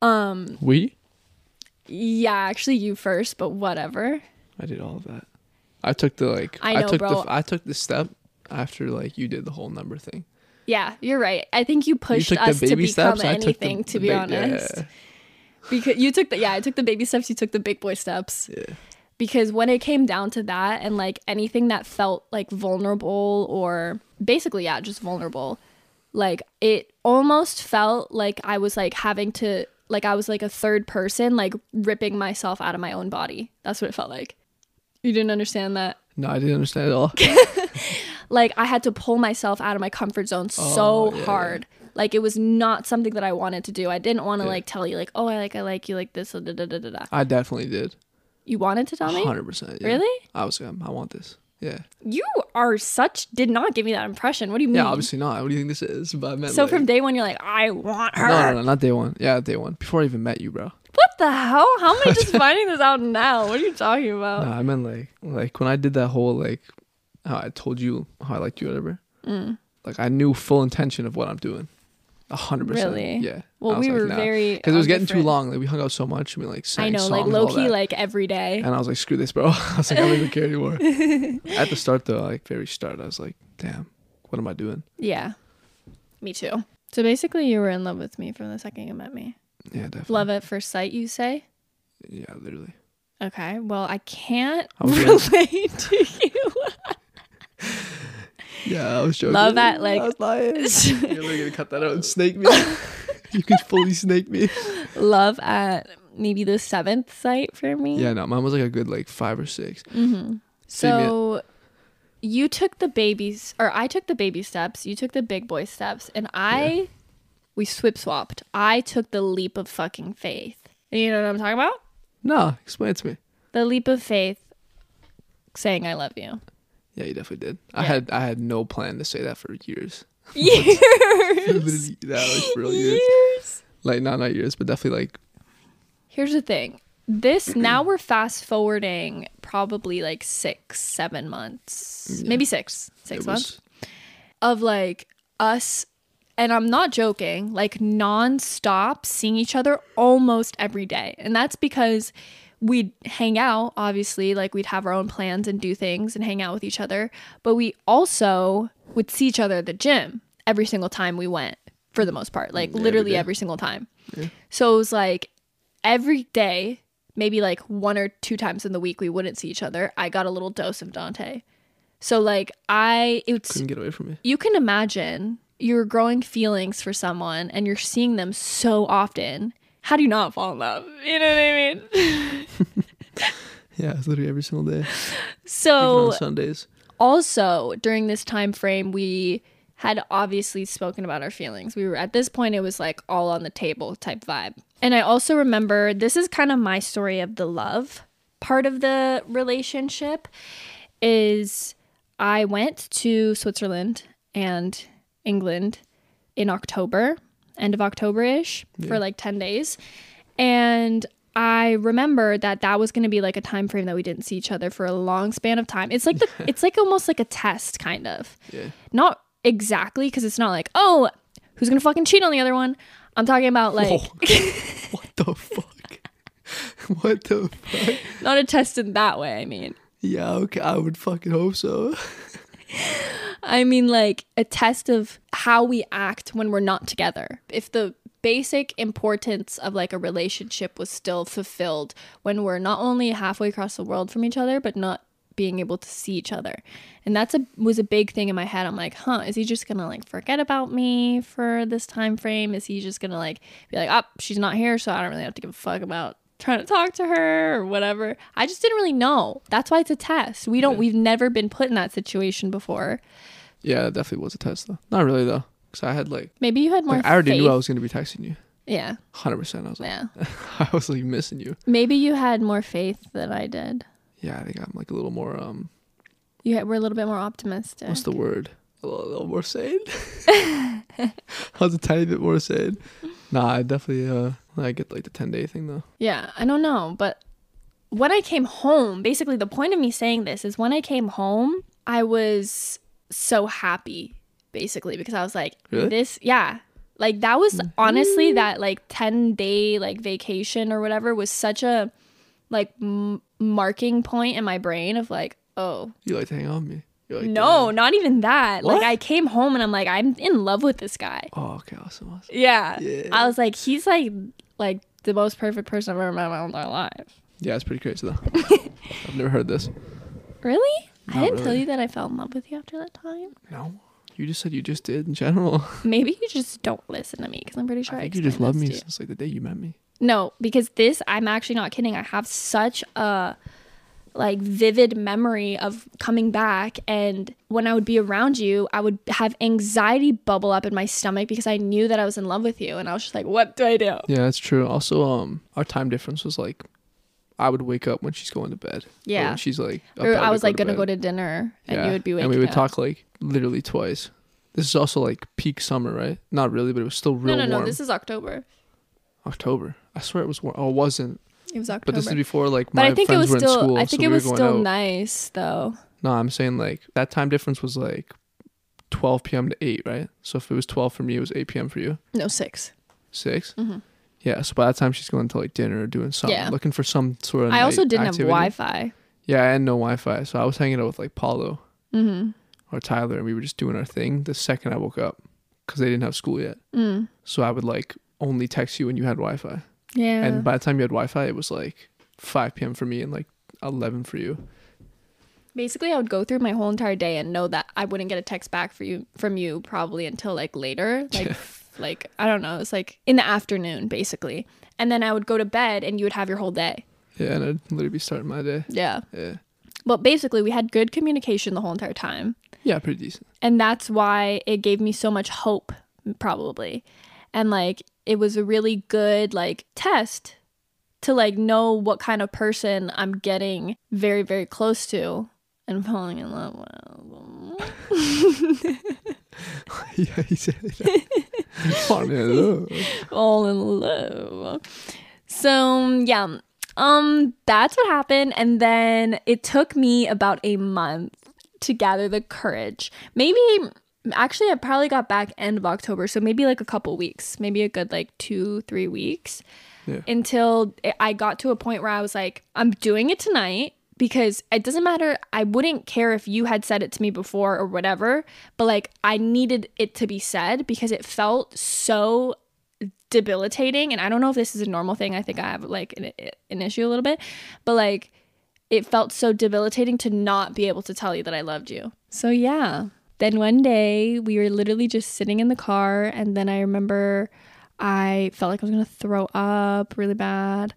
[SPEAKER 1] um,
[SPEAKER 2] We?
[SPEAKER 1] yeah, actually you first, but whatever.
[SPEAKER 2] I did all of that. I took the like.
[SPEAKER 1] I know,
[SPEAKER 2] took
[SPEAKER 1] bro.
[SPEAKER 2] the. I took the step after like you did the whole number thing.
[SPEAKER 1] Yeah, you're right. I think you pushed
[SPEAKER 2] you took
[SPEAKER 1] us
[SPEAKER 2] the
[SPEAKER 1] to
[SPEAKER 2] baby
[SPEAKER 1] become
[SPEAKER 2] steps. I took the,
[SPEAKER 1] anything, to
[SPEAKER 2] the
[SPEAKER 1] be
[SPEAKER 2] ba-
[SPEAKER 1] honest.
[SPEAKER 2] Yeah.
[SPEAKER 1] because you took the yeah i took the baby steps you took the big boy steps because when it came down to that and like anything that felt like vulnerable or basically yeah just vulnerable like it almost felt like i was like having to like i was like a third person like ripping myself out of my own body that's what it felt like you didn't understand that
[SPEAKER 2] No, I didn't understand at all.
[SPEAKER 1] like I had to pull myself out of my comfort zone so hard. Like it was not something that I wanted to do. I didn't want to like tell you like, oh, I like I like you like this. Da, da, da, da, da.
[SPEAKER 2] I definitely did.
[SPEAKER 1] You wanted to tell me?
[SPEAKER 2] Hundred percent. yeah.
[SPEAKER 1] Really?
[SPEAKER 2] I was. Um, I want this. Yeah.
[SPEAKER 1] You are such did not give me that impression. What do you mean?
[SPEAKER 2] Yeah. Obviously not. What do you think this is? But I meant,
[SPEAKER 1] so
[SPEAKER 2] like-
[SPEAKER 1] from day one, you're like, I want her.
[SPEAKER 2] No, no, no, not day one. Yeah, day one. Before I even met you, bro.
[SPEAKER 1] What the hell? How am I just finding this out now? What are you talking about?
[SPEAKER 2] No, I meant like like when I did that whole like how I told you how I liked you, whatever.
[SPEAKER 1] Mm.
[SPEAKER 2] Like I knew full intention of what I'm doing, a hundred percent.
[SPEAKER 1] Really?
[SPEAKER 2] Yeah.
[SPEAKER 1] Well, we were very
[SPEAKER 2] because it was
[SPEAKER 1] on
[SPEAKER 2] getting
[SPEAKER 1] different-
[SPEAKER 2] too long. Like we hung out so much. We like sang
[SPEAKER 1] I know, like
[SPEAKER 2] songs, all
[SPEAKER 1] low key,
[SPEAKER 2] that.
[SPEAKER 1] like every day.
[SPEAKER 2] And I was like, screw this, bro. I was like, I don't even care anymore. At the start, though, like very start, I was like, damn, what am I doing?
[SPEAKER 1] Yeah, me too. So basically, you were in love with me from the second you met me.
[SPEAKER 2] Yeah, definitely.
[SPEAKER 1] Love at first sight, you say?
[SPEAKER 2] Yeah, literally.
[SPEAKER 1] Okay, well, I can't
[SPEAKER 2] I was
[SPEAKER 1] relate to you.
[SPEAKER 2] Yeah, I was joking.
[SPEAKER 1] Love at
[SPEAKER 2] I
[SPEAKER 1] like
[SPEAKER 2] was lying. You're literally gonna cut that out and snake me. you can fully snake me.
[SPEAKER 1] love at maybe the seventh site for me.
[SPEAKER 2] Yeah, no, mine was like a good like five or six. same yet.
[SPEAKER 1] So you took the babies, or I took the baby steps. You took the big boy steps, and I we swip swapped. I took the leap of fucking faith. You know what I'm talking about?
[SPEAKER 2] No, explain it to me.
[SPEAKER 1] The leap of faith, saying I love you.
[SPEAKER 2] Yeah, you definitely did. I had I had no plan to say that for years.
[SPEAKER 1] Years.
[SPEAKER 2] Literally, that was for real years. Like not not years, but definitely like
[SPEAKER 1] Here's the thing. this now we're fast forwarding probably like six, seven months, maybe six, six
[SPEAKER 2] It
[SPEAKER 1] months
[SPEAKER 2] was
[SPEAKER 1] of like us, and I'm not joking, like nonstop seeing each other almost every day. And that's because we'd hang out, obviously, like we'd have our own plans and do things and hang out with each other, but we also would see each other at the gym every single time we went for the most part, like literally every single time. So it was like every day, maybe like one or two times in the week, we wouldn't see each other. I got a little dose of Dante. So like I, it's
[SPEAKER 2] couldn't get away from me.
[SPEAKER 1] you can imagine you're growing feelings for someone and you're seeing them so often. How do you not fall in love? You know what I mean?
[SPEAKER 2] Yeah, it's literally every single day. Even
[SPEAKER 1] So
[SPEAKER 2] on Sundays.
[SPEAKER 1] also during this time frame we had obviously spoken about our feelings. We were at this point it was like all on the table type vibe. And I also remember this is kind of my story of the love part of the relationship is I went to Switzerland and England in October, end of October ish, for like 10 days. And I remember that that was going to be like a time frame that we didn't see each other for a long span of time. It's like the, it's like almost like a test kind of. Yeah. Not exactly because it's not like, "Oh, who's going to fucking cheat on the other one?" I'm talking about like
[SPEAKER 2] Oh, what the fuck? what the fuck?
[SPEAKER 1] not a test in that way, I mean.
[SPEAKER 2] Yeah, okay. I would fucking hope so.
[SPEAKER 1] I mean, like a test of how we act when we're not together. If the basic importance of like a relationship was still fulfilled when we're not only halfway across the world from each other, but not being able to see each other. And that's a was a big thing in my head. I'm like, huh, is he just gonna like forget about me for this time frame? Is he just gonna like be like, oh, she's not here, so I don't really have to give a fuck about trying to talk to her or whatever. I just didn't really know. That's why it's a test. We don't we've never been put in that situation before.
[SPEAKER 2] Yeah, that definitely was a test though. Not really though, because I had like,
[SPEAKER 1] Maybe you had more.
[SPEAKER 2] like I already knew
[SPEAKER 1] faith.
[SPEAKER 2] I was gonna be texting you.
[SPEAKER 1] Yeah,
[SPEAKER 2] Hundred percent. I was like,
[SPEAKER 1] yeah.
[SPEAKER 2] I was like missing you.
[SPEAKER 1] Maybe you had more faith than I did.
[SPEAKER 2] Yeah, I think I'm like a little more um.
[SPEAKER 1] You had, were a little bit more optimistic.
[SPEAKER 2] What's the word? A little, a little more sane. I was a tiny bit more sane. Nah, I definitely uh. I get like the ten day thing though.
[SPEAKER 1] yeah, I don't know, but when I came home, basically the point of me saying this is when I came home, I was so happy, basically, because I was like,
[SPEAKER 2] Really? Mm-hmm.
[SPEAKER 1] this, yeah. Like that was honestly that like 10 day like vacation or whatever was such a like m- marking point in my brain of like, oh,
[SPEAKER 2] You like to hang out with me. You're like,
[SPEAKER 1] No, not even that.
[SPEAKER 2] What?
[SPEAKER 1] Like I came home and I'm like, I'm in love with this guy.
[SPEAKER 2] "Damn." Oh, okay, awesome, awesome.
[SPEAKER 1] Yeah. I was like, he's like like the most perfect person I've ever met in my entire life.
[SPEAKER 2] Yeah, it's pretty crazy though. I've never heard this.
[SPEAKER 1] Really? I
[SPEAKER 2] Not
[SPEAKER 1] didn't tell
[SPEAKER 2] really.
[SPEAKER 1] you that I fell in love with you after that time.
[SPEAKER 2] No, you just said you just did in general.
[SPEAKER 1] Maybe you just don't listen to me because I'm pretty sure
[SPEAKER 2] I
[SPEAKER 1] I,
[SPEAKER 2] think you just love
[SPEAKER 1] explained
[SPEAKER 2] me
[SPEAKER 1] this to you.
[SPEAKER 2] since like the day you met me.
[SPEAKER 1] No, because this I'm actually not kidding. I have such a like vivid memory of coming back and when I would be around you, I would have anxiety bubble up in my stomach because I knew that I was in love with you and I was just like, what do I do?
[SPEAKER 2] Yeah, that's true. Also, um, our time difference was like, I would wake up when she's going to bed. or
[SPEAKER 1] Yeah.
[SPEAKER 2] when she's like,
[SPEAKER 1] Or
[SPEAKER 2] about
[SPEAKER 1] I was like
[SPEAKER 2] to
[SPEAKER 1] gonna go
[SPEAKER 2] bed.
[SPEAKER 1] to dinner and
[SPEAKER 2] Yeah,
[SPEAKER 1] you would be waking
[SPEAKER 2] and we would
[SPEAKER 1] up.
[SPEAKER 2] talk like literally twice. This is also like peak summer, right? Not really, but it was still
[SPEAKER 1] No,
[SPEAKER 2] real
[SPEAKER 1] no,
[SPEAKER 2] warm.
[SPEAKER 1] no. This is October.
[SPEAKER 2] October. I swear it was warm. Oh, it wasn't.
[SPEAKER 1] It was October.
[SPEAKER 2] But this is before like
[SPEAKER 1] But
[SPEAKER 2] my
[SPEAKER 1] I think it
[SPEAKER 2] friends
[SPEAKER 1] was
[SPEAKER 2] were in
[SPEAKER 1] still.
[SPEAKER 2] school.
[SPEAKER 1] I think
[SPEAKER 2] so
[SPEAKER 1] it
[SPEAKER 2] we
[SPEAKER 1] was
[SPEAKER 2] were going
[SPEAKER 1] still
[SPEAKER 2] out.
[SPEAKER 1] nice though.
[SPEAKER 2] No, I'm saying like that time difference was like 12 p.m. to 8, right? So if it was 12 for me, it was 8 p.m. for you.
[SPEAKER 1] No six.
[SPEAKER 2] 6 Yeah. So by that time, she's going to like dinner or doing something,
[SPEAKER 1] Mm-hmm. Yeah.
[SPEAKER 2] looking for some sort of.
[SPEAKER 1] I
[SPEAKER 2] night
[SPEAKER 1] also didn't
[SPEAKER 2] activity.
[SPEAKER 1] have Wi-Fi.
[SPEAKER 2] Yeah, I had no Wi-Fi, so I was hanging out with like Paulo
[SPEAKER 1] Mm-hmm.
[SPEAKER 2] or Tyler, and we were just doing our thing. The second I woke up, because they didn't have school yet,
[SPEAKER 1] Mm.
[SPEAKER 2] so I would like only text you when you had Wi-Fi.
[SPEAKER 1] Yeah.
[SPEAKER 2] And by the time you had Wi-Fi, it was like 5 p.m. for me and like 11 for you.
[SPEAKER 1] Basically, I would go through my whole entire day and know that I wouldn't get a text back for you from you probably until like later, like like I don't know. It's like in the afternoon basically, and then I would go to bed and you would have your whole day.
[SPEAKER 2] Yeah, and I'd literally be starting my day.
[SPEAKER 1] Yeah.
[SPEAKER 2] Yeah,
[SPEAKER 1] But basically, we had good communication the whole entire time.
[SPEAKER 2] yeah, pretty decent.
[SPEAKER 1] and that's why it gave me so much hope probably and like it was a really good like test to like know what kind of person i'm getting very very close to and falling in love with
[SPEAKER 2] yeah, he said. that. Oh, no.
[SPEAKER 1] all in love so yeah Um, that's what happened. And then it took me about a month to gather the courage. Maybe, actually, I probably got back end of October. So maybe like a couple weeks, maybe a good like two, three weeks until it- I got to a point where I was like, I'm doing it tonight because it doesn't matter. I wouldn't care if you had said it to me before or whatever, but like I needed it to be said because it felt so debilitating. And I don't know if this is a normal thing. I think I have like an, an issue a little bit, but like it felt so debilitating to not be able to tell you that I loved you. So yeah. Then one day we were literally just sitting in the car and then I remember I felt like I was going to throw up really bad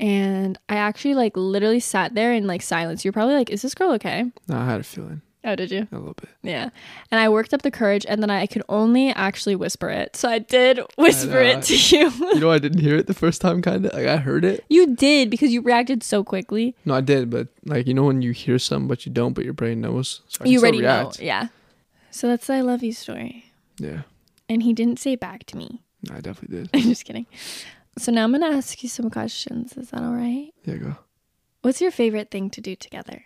[SPEAKER 1] and I actually like literally sat there in like silence. You're probably like is this girl okay?
[SPEAKER 2] No, I had a feeling
[SPEAKER 1] Oh, did you?
[SPEAKER 2] a little bit.
[SPEAKER 1] Yeah. And I worked up the courage and then I could only actually whisper it. So I did whisper it to you.
[SPEAKER 2] You know, I didn't hear it the first time. Kind of like I heard it.
[SPEAKER 1] you did because you reacted so quickly.
[SPEAKER 2] No, I did, but like you know when you hear something but you don't, but your brain knows. So I can
[SPEAKER 1] you
[SPEAKER 2] still
[SPEAKER 1] already
[SPEAKER 2] react.
[SPEAKER 1] know. Yeah. So that's the I love you story.
[SPEAKER 2] Yeah,
[SPEAKER 1] And he didn't say it back to me.
[SPEAKER 2] no, I definitely did.
[SPEAKER 1] I'm just kidding. So now I'm going to ask you some questions. Is that all right?
[SPEAKER 2] Yeah, go
[SPEAKER 1] What's your favorite thing to do together?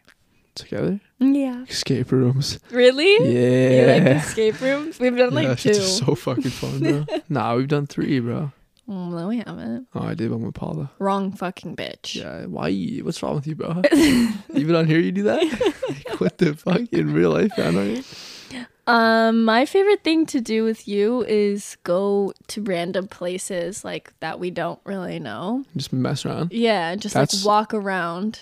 [SPEAKER 2] together.
[SPEAKER 1] Yeah.
[SPEAKER 2] Escape rooms.
[SPEAKER 1] Really? You like
[SPEAKER 2] Yeah.
[SPEAKER 1] escape rooms? We've done
[SPEAKER 2] yeah,
[SPEAKER 1] like two.
[SPEAKER 2] shit's so fucking fun, bro. nah, we've done three, bro.
[SPEAKER 1] Mm, no, we haven't.
[SPEAKER 2] Oh, I did one with Paula.
[SPEAKER 1] Wrong fucking bitch.
[SPEAKER 2] Yeah, why? you- What's wrong with you, bro? Even on here, you do that? like, what the fuck? In real life, I know you.
[SPEAKER 1] Um, my favorite thing to do with you is go to random places like that we don't really know.
[SPEAKER 2] Just mess around.
[SPEAKER 1] Yeah, just
[SPEAKER 2] That's-
[SPEAKER 1] like walk around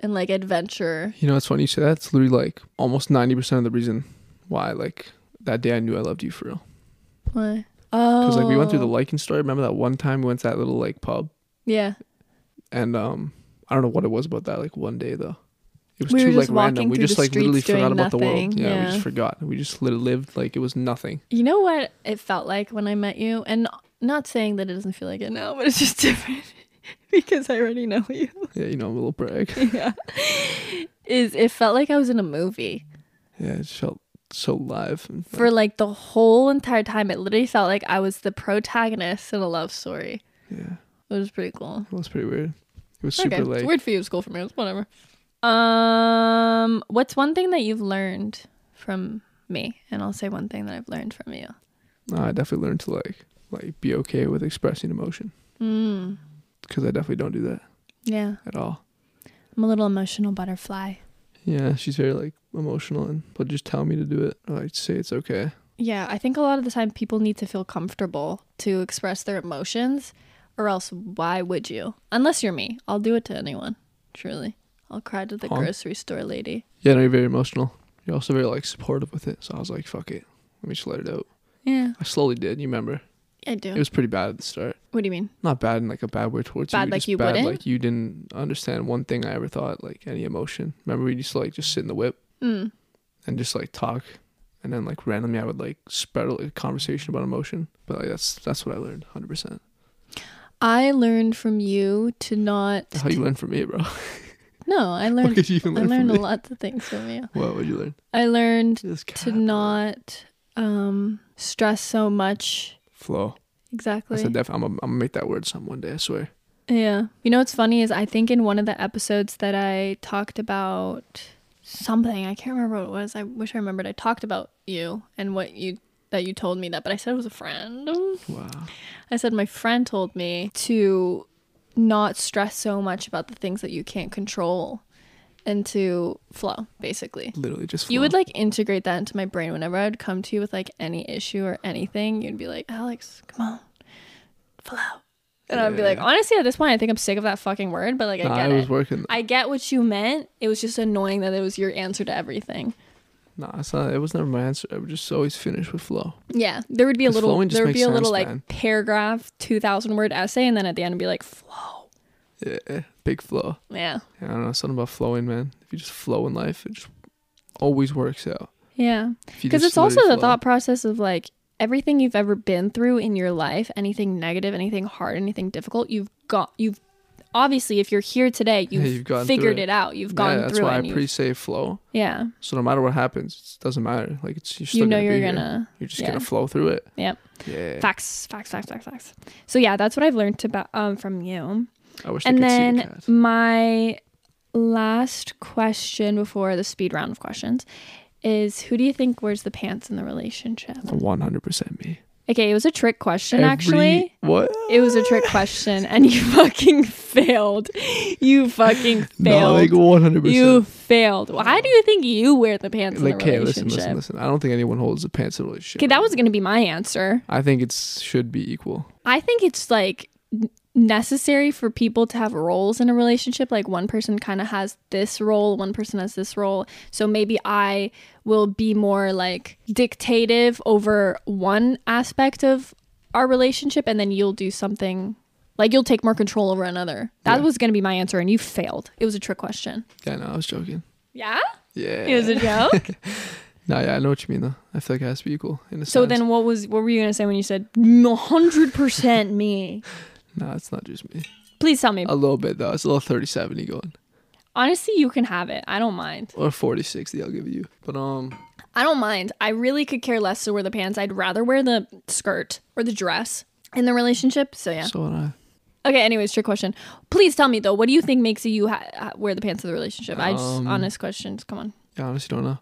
[SPEAKER 1] and like adventure.
[SPEAKER 2] You know, it's funny you say that. It's literally like almost 90% of the reason why, like, that day I knew I loved you for real.
[SPEAKER 1] What?
[SPEAKER 2] Because,
[SPEAKER 1] Oh,
[SPEAKER 2] like, we went through the liking story. Remember that one time we went to that little, like, pub?
[SPEAKER 1] yeah.
[SPEAKER 2] And, um, I don't know what it was about that, like, one day, though. It was
[SPEAKER 1] We were
[SPEAKER 2] too, like,
[SPEAKER 1] just walking
[SPEAKER 2] random. We
[SPEAKER 1] through
[SPEAKER 2] just,
[SPEAKER 1] the
[SPEAKER 2] like, literally
[SPEAKER 1] streets doing
[SPEAKER 2] forgot about the world.
[SPEAKER 1] nothing,
[SPEAKER 2] Yeah, we
[SPEAKER 1] yeah.
[SPEAKER 2] just forgot. We just literally lived like it was nothing.
[SPEAKER 1] You know what it felt like when I met you? And not saying that it doesn't feel like it now, but it's just different because I already know you.
[SPEAKER 2] Yeah, you know, a little brag.
[SPEAKER 1] Is it felt like I was in a movie
[SPEAKER 2] yeah, it felt so live. And
[SPEAKER 1] for like the whole entire time. It literally felt like I was the protagonist in a love story.
[SPEAKER 2] Yeah.
[SPEAKER 1] It was pretty cool.
[SPEAKER 2] It was pretty weird. It was super
[SPEAKER 1] okay,
[SPEAKER 2] like
[SPEAKER 1] it's weird for you. It's cool for me. It's whatever. Um, what's one thing that you've learned from me? And I'll say one thing that I've learned from you.
[SPEAKER 2] no, I definitely learned to like like be okay with expressing emotion
[SPEAKER 1] Mm,
[SPEAKER 2] because I definitely don't do that
[SPEAKER 1] yeah,
[SPEAKER 2] at all.
[SPEAKER 1] I'm a little emotional butterfly.
[SPEAKER 2] Yeah, she's very like emotional and but just tell me to do it. Or, like say it's okay.
[SPEAKER 1] Yeah, I think a lot of the time people need to feel comfortable to express their emotions, or else why would you? Unless you're me, I'll do it to anyone. Truly, I'll cry to the
[SPEAKER 2] Huh?
[SPEAKER 1] grocery store lady.
[SPEAKER 2] Yeah, no, you're very emotional. You're also very like supportive with it. So I was like, fuck it, let me just let it out.
[SPEAKER 1] Yeah,
[SPEAKER 2] I slowly did. You remember?
[SPEAKER 1] I do.
[SPEAKER 2] It was pretty bad at the start.
[SPEAKER 1] what do you mean?
[SPEAKER 2] Not bad in like a bad way towards
[SPEAKER 1] Bad
[SPEAKER 2] you.
[SPEAKER 1] like
[SPEAKER 2] just
[SPEAKER 1] you
[SPEAKER 2] bad,
[SPEAKER 1] wouldn't?
[SPEAKER 2] Like you didn't understand one thing I ever thought. Like any emotion. Remember we used to like just sit in the whip.
[SPEAKER 1] Mm.
[SPEAKER 2] and just like talk and then like randomly i would like spread a conversation about emotion but like that's that's what i learned 100%
[SPEAKER 1] I learned from you to not.
[SPEAKER 2] how you learn from me bro
[SPEAKER 1] No, I
[SPEAKER 2] what
[SPEAKER 1] learned.
[SPEAKER 2] did you even
[SPEAKER 1] I
[SPEAKER 2] learn
[SPEAKER 1] learned a
[SPEAKER 2] from me?
[SPEAKER 1] lot of things from you.
[SPEAKER 2] what would you learn
[SPEAKER 1] I learned
[SPEAKER 2] This
[SPEAKER 1] to
[SPEAKER 2] cat, bro.
[SPEAKER 1] not um, stress so much.
[SPEAKER 2] flow
[SPEAKER 1] Exactly.
[SPEAKER 2] i said def- I'm, gonna- I'm gonna make that word some one day i swear
[SPEAKER 1] Yeah. You know what's funny is I think in one of the episodes that I talked about something, I can't remember what it was. I wish I remembered. I talked about you and what you that you told me that, but I said it was a friend.
[SPEAKER 2] wow
[SPEAKER 1] I said my friend told me to not stress so much about the things that you can't control and to flow, basically.
[SPEAKER 2] literally just flow.
[SPEAKER 1] You would like integrate that into my brain whenever I would come to you with like any issue or anything. You'd be like, Alex, come on, flow. And I'd be like, honestly, at this point, I think I'm sick of that fucking word, but like, I
[SPEAKER 2] Nah,
[SPEAKER 1] get
[SPEAKER 2] I was
[SPEAKER 1] it.
[SPEAKER 2] working.
[SPEAKER 1] I get what you meant. It was just annoying that it was your answer to everything.
[SPEAKER 2] Nah, it's not. It was never my answer. I would just always finish with flow.
[SPEAKER 1] Yeah, there would be a
[SPEAKER 2] 'Cause
[SPEAKER 1] little,
[SPEAKER 2] flowing just
[SPEAKER 1] there would
[SPEAKER 2] makes
[SPEAKER 1] be a little
[SPEAKER 2] sense,
[SPEAKER 1] like
[SPEAKER 2] man.
[SPEAKER 1] paragraph, two thousand word essay, and then at the end, it'd be like flow.
[SPEAKER 2] Yeah, big flow.
[SPEAKER 1] Yeah,
[SPEAKER 2] Yeah, I don't know something about flowing, man. If you just flow in life, it just always works out.
[SPEAKER 1] yeah.
[SPEAKER 2] If you
[SPEAKER 1] Because
[SPEAKER 2] just
[SPEAKER 1] it's also
[SPEAKER 2] literally
[SPEAKER 1] the
[SPEAKER 2] flow.
[SPEAKER 1] thought process of like everything you've ever been through in your life, anything negative, anything hard, anything difficult, you've got you've obviously if you're here today, you've,
[SPEAKER 2] you've gone through
[SPEAKER 1] figured
[SPEAKER 2] it.
[SPEAKER 1] it. out. You've
[SPEAKER 2] Yeah,
[SPEAKER 1] gone
[SPEAKER 2] that's
[SPEAKER 1] through
[SPEAKER 2] why
[SPEAKER 1] it.
[SPEAKER 2] I
[SPEAKER 1] and you've-
[SPEAKER 2] pre-say flow.
[SPEAKER 1] yeah.
[SPEAKER 2] So no matter what happens, it doesn't matter. Like it's you're still
[SPEAKER 1] You know
[SPEAKER 2] gonna
[SPEAKER 1] you're
[SPEAKER 2] be here.
[SPEAKER 1] gonna-
[SPEAKER 2] you're just
[SPEAKER 1] yeah.
[SPEAKER 2] gonna flow through it.
[SPEAKER 1] Yep.
[SPEAKER 2] Yeah.
[SPEAKER 1] Facts, facts, facts, facts, facts. So yeah, that's what I've learned about um from you.
[SPEAKER 2] I wish
[SPEAKER 1] and
[SPEAKER 2] I could see the
[SPEAKER 1] then
[SPEAKER 2] cat.
[SPEAKER 1] my last question before the speed round of questions is who do you think wears the pants in the relationship?
[SPEAKER 2] One hundred percent me.
[SPEAKER 1] Okay, it was a trick question
[SPEAKER 2] Every-
[SPEAKER 1] actually.
[SPEAKER 2] what?
[SPEAKER 1] It was a trick question and you fucking failed. You fucking failed.
[SPEAKER 2] No, like one hundred
[SPEAKER 1] you
[SPEAKER 2] percent.
[SPEAKER 1] failed. Why do you think you wear the pants
[SPEAKER 2] Like,
[SPEAKER 1] in the
[SPEAKER 2] okay,
[SPEAKER 1] relationship?
[SPEAKER 2] listen, listen, listen. I don't think anyone holds the pants in a relationship.
[SPEAKER 1] Okay, that was going to be my answer.
[SPEAKER 2] I think it should be equal.
[SPEAKER 1] I think it's like n- necessary for people to have roles in a relationship. Like one person kind of has this role, one person has this role. So maybe I will be more like dictative over one aspect of our relationship, and then you'll do something like you'll take more control over another. That was going to be my answer, and you failed. It was a trick question.
[SPEAKER 2] Yeah, no, I was joking.
[SPEAKER 1] Yeah?
[SPEAKER 2] Yeah.
[SPEAKER 1] It was a joke.
[SPEAKER 2] no, yeah, I know what you mean though. I feel like it has to be equal. In a
[SPEAKER 1] so
[SPEAKER 2] sense.
[SPEAKER 1] then what was what were you going to say when you said 100% me?
[SPEAKER 2] no, it's not just me.
[SPEAKER 1] Please tell me.
[SPEAKER 2] A little bit though. It's a little 30-70 going,
[SPEAKER 1] Honestly, you can have it. I don't mind.
[SPEAKER 2] or 40-60 I'll give you. But um,
[SPEAKER 1] I don't mind. I really could care less to wear the pants. I'd rather wear the skirt or the dress in the relationship. So yeah.
[SPEAKER 2] so uh, would I.
[SPEAKER 1] Okay. Anyways, trick question. Please tell me though. What do you think makes you ha- ha- wear the pants in the relationship? I just
[SPEAKER 2] Um,
[SPEAKER 1] honest questions. Come on.
[SPEAKER 2] I honestly don't know.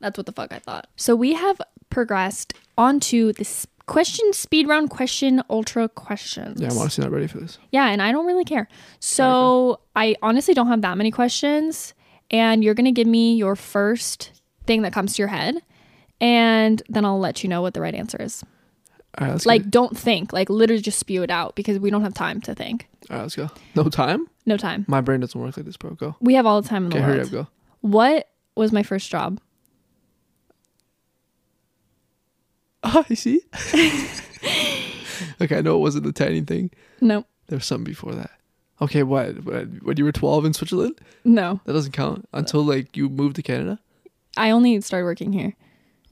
[SPEAKER 1] That's what the fuck I thought. So we have progressed onto this question speed round question ultra questions.
[SPEAKER 2] Yeah, I'm honestly not ready for this.
[SPEAKER 1] Yeah, and I don't really care. So I honestly don't have that many questions. And you're going to give me your first thing that comes to your head. And then I'll let you know what the right answer is.
[SPEAKER 2] All right, let's
[SPEAKER 1] Like,
[SPEAKER 2] get
[SPEAKER 1] don't think. Like, literally just spew it out because we don't have time to think.
[SPEAKER 2] it. all right, let's go. No time.
[SPEAKER 1] No time.
[SPEAKER 2] My brain doesn't work like this, bro. Go.
[SPEAKER 1] We have all the time in the
[SPEAKER 2] Okay,
[SPEAKER 1] world.
[SPEAKER 2] hurry up, go.
[SPEAKER 1] What was my first job?
[SPEAKER 2] Oh, you see? okay, I know it wasn't the tiny thing.
[SPEAKER 1] No,
[SPEAKER 2] There was something before that. Okay, what? What- When you were 12 in Switzerland?
[SPEAKER 1] no.
[SPEAKER 2] That doesn't count
[SPEAKER 1] Uh,
[SPEAKER 2] until like you moved to Canada.
[SPEAKER 1] I only started working here.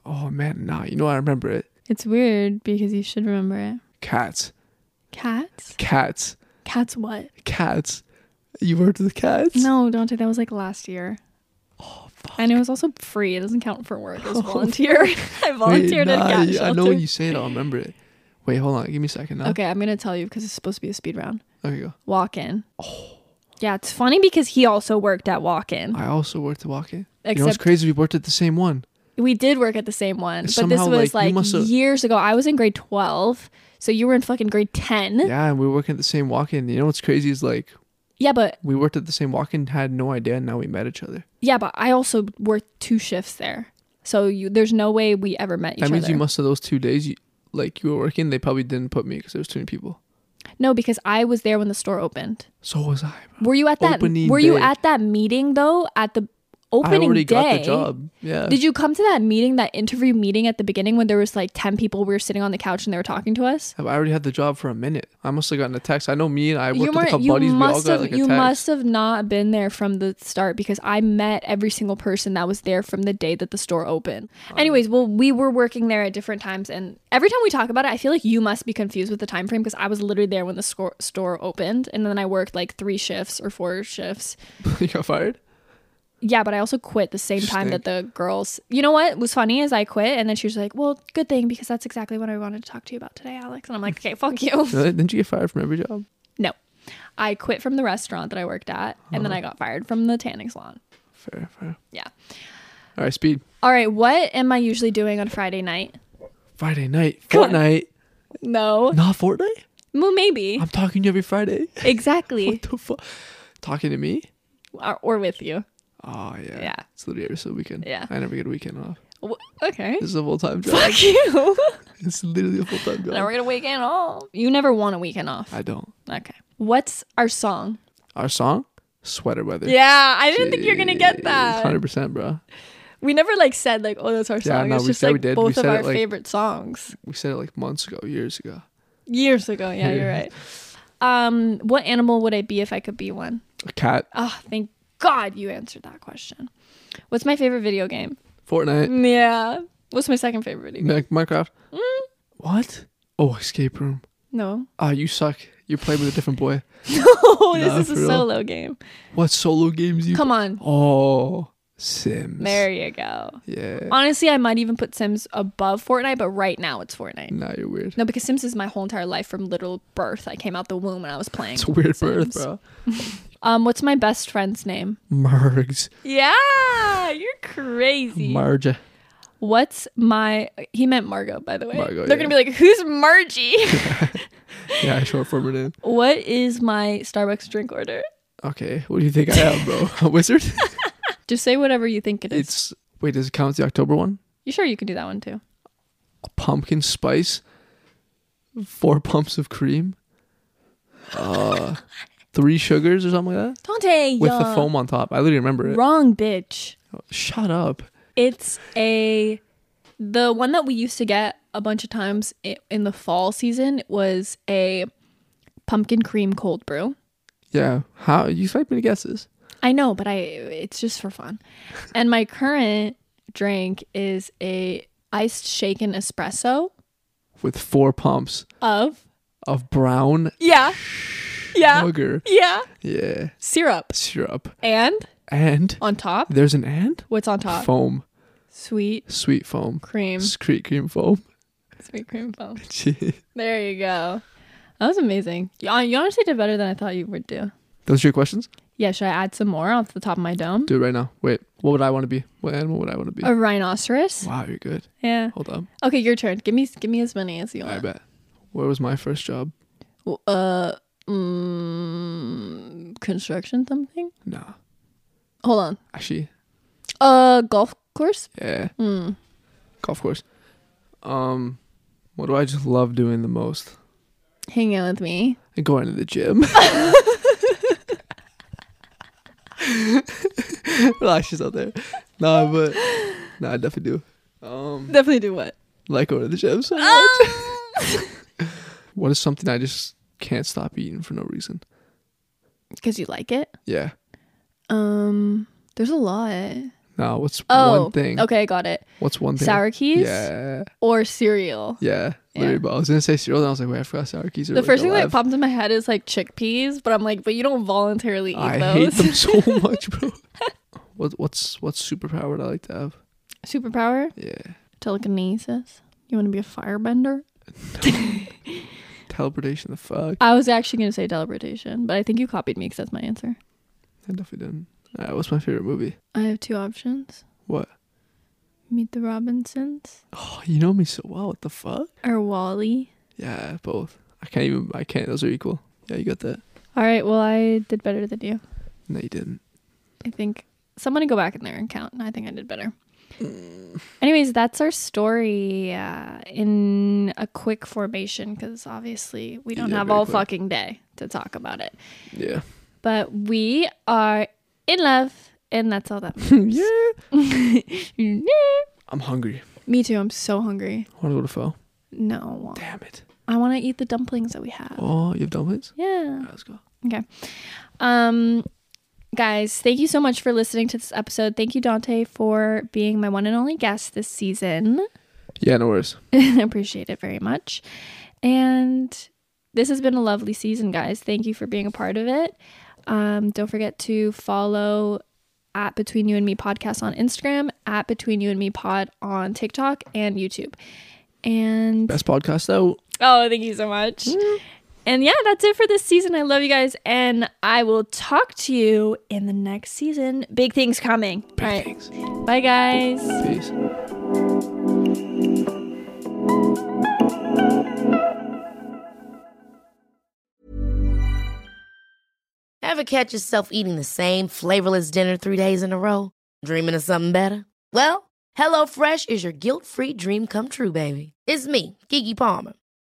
[SPEAKER 2] Oh man, nah. You know I remember it.
[SPEAKER 1] It's weird because you should remember it.
[SPEAKER 2] Cats,
[SPEAKER 1] Cats?
[SPEAKER 2] cats,
[SPEAKER 1] Cats what?
[SPEAKER 2] cats. You worked with cats.
[SPEAKER 1] No, don't take that was like last year. Oh, And it was also free. It doesn't count for work. It was volunteer. I
[SPEAKER 2] Oh, Wait,
[SPEAKER 1] volunteered at
[SPEAKER 2] nah,
[SPEAKER 1] a cat
[SPEAKER 2] you-
[SPEAKER 1] shelter.
[SPEAKER 2] I know when you say it, I'll remember it. Wait, hold on. Give me a second now.
[SPEAKER 1] Okay, I'm gonna tell you because it's supposed to be a speed round.
[SPEAKER 2] Okay, go.
[SPEAKER 1] Walk in. Oh. Yeah, it's funny because he also worked at Walk In.
[SPEAKER 2] I also worked at Walk In. you know what's
[SPEAKER 1] Except-
[SPEAKER 2] crazy? We worked at the same one.
[SPEAKER 1] We did work at the same one, but
[SPEAKER 2] Somehow,
[SPEAKER 1] this was
[SPEAKER 2] like, you
[SPEAKER 1] like,
[SPEAKER 2] must've-
[SPEAKER 1] years ago. I was in grade twelve, so you were in fucking grade ten. Yeah,
[SPEAKER 2] Yeah, and we were working at the same Walk In. You know what's crazy is like
[SPEAKER 1] but
[SPEAKER 2] we worked at the same Walk In, had no idea, and now we met each other.
[SPEAKER 1] yeah, but I also worked two shifts there, so you, there's no way we ever met each
[SPEAKER 2] that means
[SPEAKER 1] other.
[SPEAKER 2] you must have those two days. You, like you were working, they probably didn't put me because there was too many people.
[SPEAKER 1] no, because I was there when the store opened.
[SPEAKER 2] So was I. Bro.
[SPEAKER 1] Were you at that?
[SPEAKER 2] Opening
[SPEAKER 1] Were you
[SPEAKER 2] day.
[SPEAKER 1] at that meeting though? At the
[SPEAKER 2] I
[SPEAKER 1] opening
[SPEAKER 2] already
[SPEAKER 1] day,
[SPEAKER 2] got the job. Yeah.
[SPEAKER 1] Did you come to that meeting, that interview meeting at the beginning when there was like ten people? We were sitting on the couch and they were talking to us.
[SPEAKER 2] I already had the job for a minute. I must have gotten a text. I know me and I worked
[SPEAKER 1] You,
[SPEAKER 2] with a
[SPEAKER 1] weren't,
[SPEAKER 2] couple
[SPEAKER 1] you
[SPEAKER 2] buddies. We all
[SPEAKER 1] must
[SPEAKER 2] got
[SPEAKER 1] have
[SPEAKER 2] like a
[SPEAKER 1] you
[SPEAKER 2] text.
[SPEAKER 1] must have not been there from the start because I met every single person that was there from the day that the store opened. Anyways, well, we were working there at different times, and every time we talk about it, I feel like you must be confused with the time frame because I was literally there when the score, store opened, and then I worked like three shifts or four shifts.
[SPEAKER 2] you got fired.
[SPEAKER 1] Yeah, but I also quit the same time that the girls. You know what was funny is I quit, and then she was like, "Well, good thing because that's exactly what I wanted to talk to you about today, Alex." And I'm like, "Okay, fuck you."
[SPEAKER 2] Really? Didn't you get fired from every job?
[SPEAKER 1] no, I quit from the restaurant that I worked at, and
[SPEAKER 2] Oh.
[SPEAKER 1] then I got fired from the tanning salon.
[SPEAKER 2] Fair, fair.
[SPEAKER 1] Yeah.
[SPEAKER 2] All right, speed.
[SPEAKER 1] All right, what am I usually doing on Friday night?
[SPEAKER 2] Friday night,
[SPEAKER 1] on.
[SPEAKER 2] Fortnite,
[SPEAKER 1] No,
[SPEAKER 2] not Fortnite.
[SPEAKER 1] well, maybe
[SPEAKER 2] I'm talking to you every Friday.
[SPEAKER 1] exactly,
[SPEAKER 2] The fu- Talking to me?
[SPEAKER 1] or, or with you.
[SPEAKER 2] Oh yeah.
[SPEAKER 1] Yeah.
[SPEAKER 2] It's literally every single weekend.
[SPEAKER 1] Yeah.
[SPEAKER 2] I never get a weekend off.
[SPEAKER 1] Wh- Okay,
[SPEAKER 2] This is a full time job.
[SPEAKER 1] fuck you.
[SPEAKER 2] It's literally a full time job.
[SPEAKER 1] now we're gonna weekend off. You never want a weekend off.
[SPEAKER 2] I don't.
[SPEAKER 1] Okay, what's our song?
[SPEAKER 2] Our song, sweater weather.
[SPEAKER 1] Yeah, I didn't think you were gonna get that.
[SPEAKER 2] Hundred percent, bro.
[SPEAKER 1] We never like said like, oh, that's our
[SPEAKER 2] Yeah,
[SPEAKER 1] song.
[SPEAKER 2] no,
[SPEAKER 1] it's
[SPEAKER 2] we
[SPEAKER 1] just
[SPEAKER 2] said we
[SPEAKER 1] like
[SPEAKER 2] did. We
[SPEAKER 1] both of
[SPEAKER 2] said
[SPEAKER 1] our
[SPEAKER 2] it, like-
[SPEAKER 1] favorite songs
[SPEAKER 2] We said it like months ago, years ago.
[SPEAKER 1] years ago. Yeah, you're right. Um, what animal would I be if I could be one?
[SPEAKER 2] A cat,
[SPEAKER 1] Oh, thank God you answered that question. What's my favorite video game?
[SPEAKER 2] Fortnite,
[SPEAKER 1] Yeah. What's my second favorite video? game?
[SPEAKER 2] Mi- Minecraft.
[SPEAKER 1] Mm.
[SPEAKER 2] What? Oh, escape room.
[SPEAKER 1] No.
[SPEAKER 2] Ah, you suck. You played with a different boy.
[SPEAKER 1] Oh, this
[SPEAKER 2] Nah,
[SPEAKER 1] is
[SPEAKER 2] for
[SPEAKER 1] a
[SPEAKER 2] real.
[SPEAKER 1] solo game.
[SPEAKER 2] What solo games you?
[SPEAKER 1] Come on.
[SPEAKER 2] Oh, Sims.
[SPEAKER 1] There you go.
[SPEAKER 2] Yeah.
[SPEAKER 1] Honestly, I might even put Sims above Fortnite, but right now it's Fortnite.
[SPEAKER 2] Nah, you're weird.
[SPEAKER 1] No, because Sims is my whole entire life from little birth. I came out the womb when I was playing.
[SPEAKER 2] It's a weird birth,
[SPEAKER 1] Sims.
[SPEAKER 2] bro.
[SPEAKER 1] Um, what's my best friend's name?
[SPEAKER 2] Mergs.
[SPEAKER 1] Yeah, you're crazy.
[SPEAKER 2] Marja.
[SPEAKER 1] what's my? He meant Margot, by the way.
[SPEAKER 2] Margot,
[SPEAKER 1] They're
[SPEAKER 2] yeah.
[SPEAKER 1] gonna be like, who's Margie?
[SPEAKER 2] Yeah, short form her name.
[SPEAKER 1] what is my Starbucks drink order?
[SPEAKER 2] Okay, what do you think I am, bro? A wizard?
[SPEAKER 1] Just say whatever you think it is.
[SPEAKER 2] it's wait, does it count the October one?
[SPEAKER 1] you sure you can do that one too?
[SPEAKER 2] Pumpkin spice. Four pumps of cream. Uh, three sugars or something like that.
[SPEAKER 1] Dante,
[SPEAKER 2] With the
[SPEAKER 1] yeah.
[SPEAKER 2] foam on top. I literally remember it.
[SPEAKER 1] Wrong, bitch.
[SPEAKER 2] Shut up.
[SPEAKER 1] It's a the one that we used to get a bunch of times i- in the fall season was a pumpkin cream cold brew.
[SPEAKER 2] Yeah. How you fight me to guess this?
[SPEAKER 1] I know, but I it's just for fun. And my current drink is a iced shaken espresso
[SPEAKER 2] With four pumps
[SPEAKER 1] of
[SPEAKER 2] of brown
[SPEAKER 1] yeah. Yeah.
[SPEAKER 2] sugar.
[SPEAKER 1] Yeah.
[SPEAKER 2] Yeah.
[SPEAKER 1] Syrup.
[SPEAKER 2] Syrup.
[SPEAKER 1] And
[SPEAKER 2] And
[SPEAKER 1] on top,
[SPEAKER 2] there's an and?
[SPEAKER 1] what's on top?
[SPEAKER 2] Foam.
[SPEAKER 1] Sweet
[SPEAKER 2] Sweet foam.
[SPEAKER 1] cream.
[SPEAKER 2] Sweet cream foam.
[SPEAKER 1] Sweet cream foam.
[SPEAKER 2] Gee.
[SPEAKER 1] There you go. That was amazing. You hon- you honestly did better than I thought you would do.
[SPEAKER 2] Those are your questions?
[SPEAKER 1] Yeah, should I add some more off the top of my dome?
[SPEAKER 2] Do it right now. Wait. What would I want to be? What animal would I want to be?
[SPEAKER 1] A rhinoceros.
[SPEAKER 2] wow, you're good.
[SPEAKER 1] Yeah.
[SPEAKER 2] Hold up.
[SPEAKER 1] Okay, your turn. Give me give me as many as you
[SPEAKER 2] I
[SPEAKER 1] want.
[SPEAKER 2] bet. Where was my first job?
[SPEAKER 1] Uh, mm, construction something.
[SPEAKER 2] No.
[SPEAKER 1] Hold on.
[SPEAKER 2] Actually,
[SPEAKER 1] Uh, golf course. Mm,
[SPEAKER 2] yeah. Golf course. Um, what do I just love doing the most?
[SPEAKER 1] Hang out with me.
[SPEAKER 2] and going to the gym. Relax, she's out there. Nah, but nah, I definitely do. Um,
[SPEAKER 1] Definitely do what?
[SPEAKER 2] like going to the gym so much.
[SPEAKER 1] Ah!
[SPEAKER 2] What is something I just can't stop eating for no reason?
[SPEAKER 1] Because you like it.
[SPEAKER 2] Yeah.
[SPEAKER 1] Um, there's a lot.
[SPEAKER 2] Nah, what's
[SPEAKER 1] Oh,
[SPEAKER 2] one thing?
[SPEAKER 1] okay, I got it.
[SPEAKER 2] What's one thing?
[SPEAKER 1] Sour keys
[SPEAKER 2] Yeah.
[SPEAKER 1] or cereal.
[SPEAKER 2] Yeah. Literally, but I was gonna say cereal, and I was like, wait, I forgot sour keys. Are
[SPEAKER 1] The
[SPEAKER 2] like,
[SPEAKER 1] first thing that
[SPEAKER 2] alive.
[SPEAKER 1] popped in my head is like chickpeas, but I'm like, but you don't voluntarily eat
[SPEAKER 2] I hate
[SPEAKER 1] those.
[SPEAKER 2] them so much, bro. what what's what's superpower would I like to have?
[SPEAKER 1] Superpower?
[SPEAKER 2] Yeah.
[SPEAKER 1] Telekinesis? You want to be a firebender?
[SPEAKER 2] Teleportation. The fuck.
[SPEAKER 1] I was actually going to say teleportation, but I think you copied me because that's my answer.
[SPEAKER 2] I definitely didn't. All right, what's my favorite movie?
[SPEAKER 1] I have two options
[SPEAKER 2] What?
[SPEAKER 1] Meet the Robinsons
[SPEAKER 2] Oh, you know me so well. What the fuck?
[SPEAKER 1] or Wally.
[SPEAKER 2] Yeah, both. I can't even. I can't. Those are equal. Yeah, you got that.
[SPEAKER 1] All right, well, I did better than you.
[SPEAKER 2] No, you didn't.
[SPEAKER 1] I think somebody go back in there and count. I think I did better. Anyways, that's our story uh, in a quick formation because obviously we don't
[SPEAKER 2] Yeah,
[SPEAKER 1] have
[SPEAKER 2] very
[SPEAKER 1] all
[SPEAKER 2] quick.
[SPEAKER 1] fucking day to talk about it.
[SPEAKER 2] Yeah.
[SPEAKER 1] But we are in love, and that's all that matters. yeah.
[SPEAKER 2] I'm hungry.
[SPEAKER 1] Me too. I'm so hungry.
[SPEAKER 2] I want to go to pho.
[SPEAKER 1] No.
[SPEAKER 2] Damn it.
[SPEAKER 1] I want to eat the dumplings that we have.
[SPEAKER 2] Oh, you have dumplings?
[SPEAKER 1] Yeah.
[SPEAKER 2] Let's go.
[SPEAKER 1] Okay. Um guys, thank you so much for listening to this episode. Thank you Dante for being my one and only guest this season.
[SPEAKER 2] Yeah, no worries.
[SPEAKER 1] I appreciate it very much. And this has been a lovely season, guys. Thank you for being a part of it. Um, don't forget to follow at Between You and Me Podcast on Instagram, at Between You and Me Pod on TikTok and YouTube. And
[SPEAKER 2] Best podcast out.
[SPEAKER 1] oh, thank you so much. And yeah, that's it for this season. I love you guys. And I will talk to you in the next season. Big things coming. All right.
[SPEAKER 2] Thanks.
[SPEAKER 1] Bye, guys.
[SPEAKER 2] Peace.
[SPEAKER 3] Ever catch yourself eating the same flavorless dinner three days in a row? Dreaming of something better? Well, HelloFresh is your guilt free dream come true, baby. It's me, Gigi Palmer.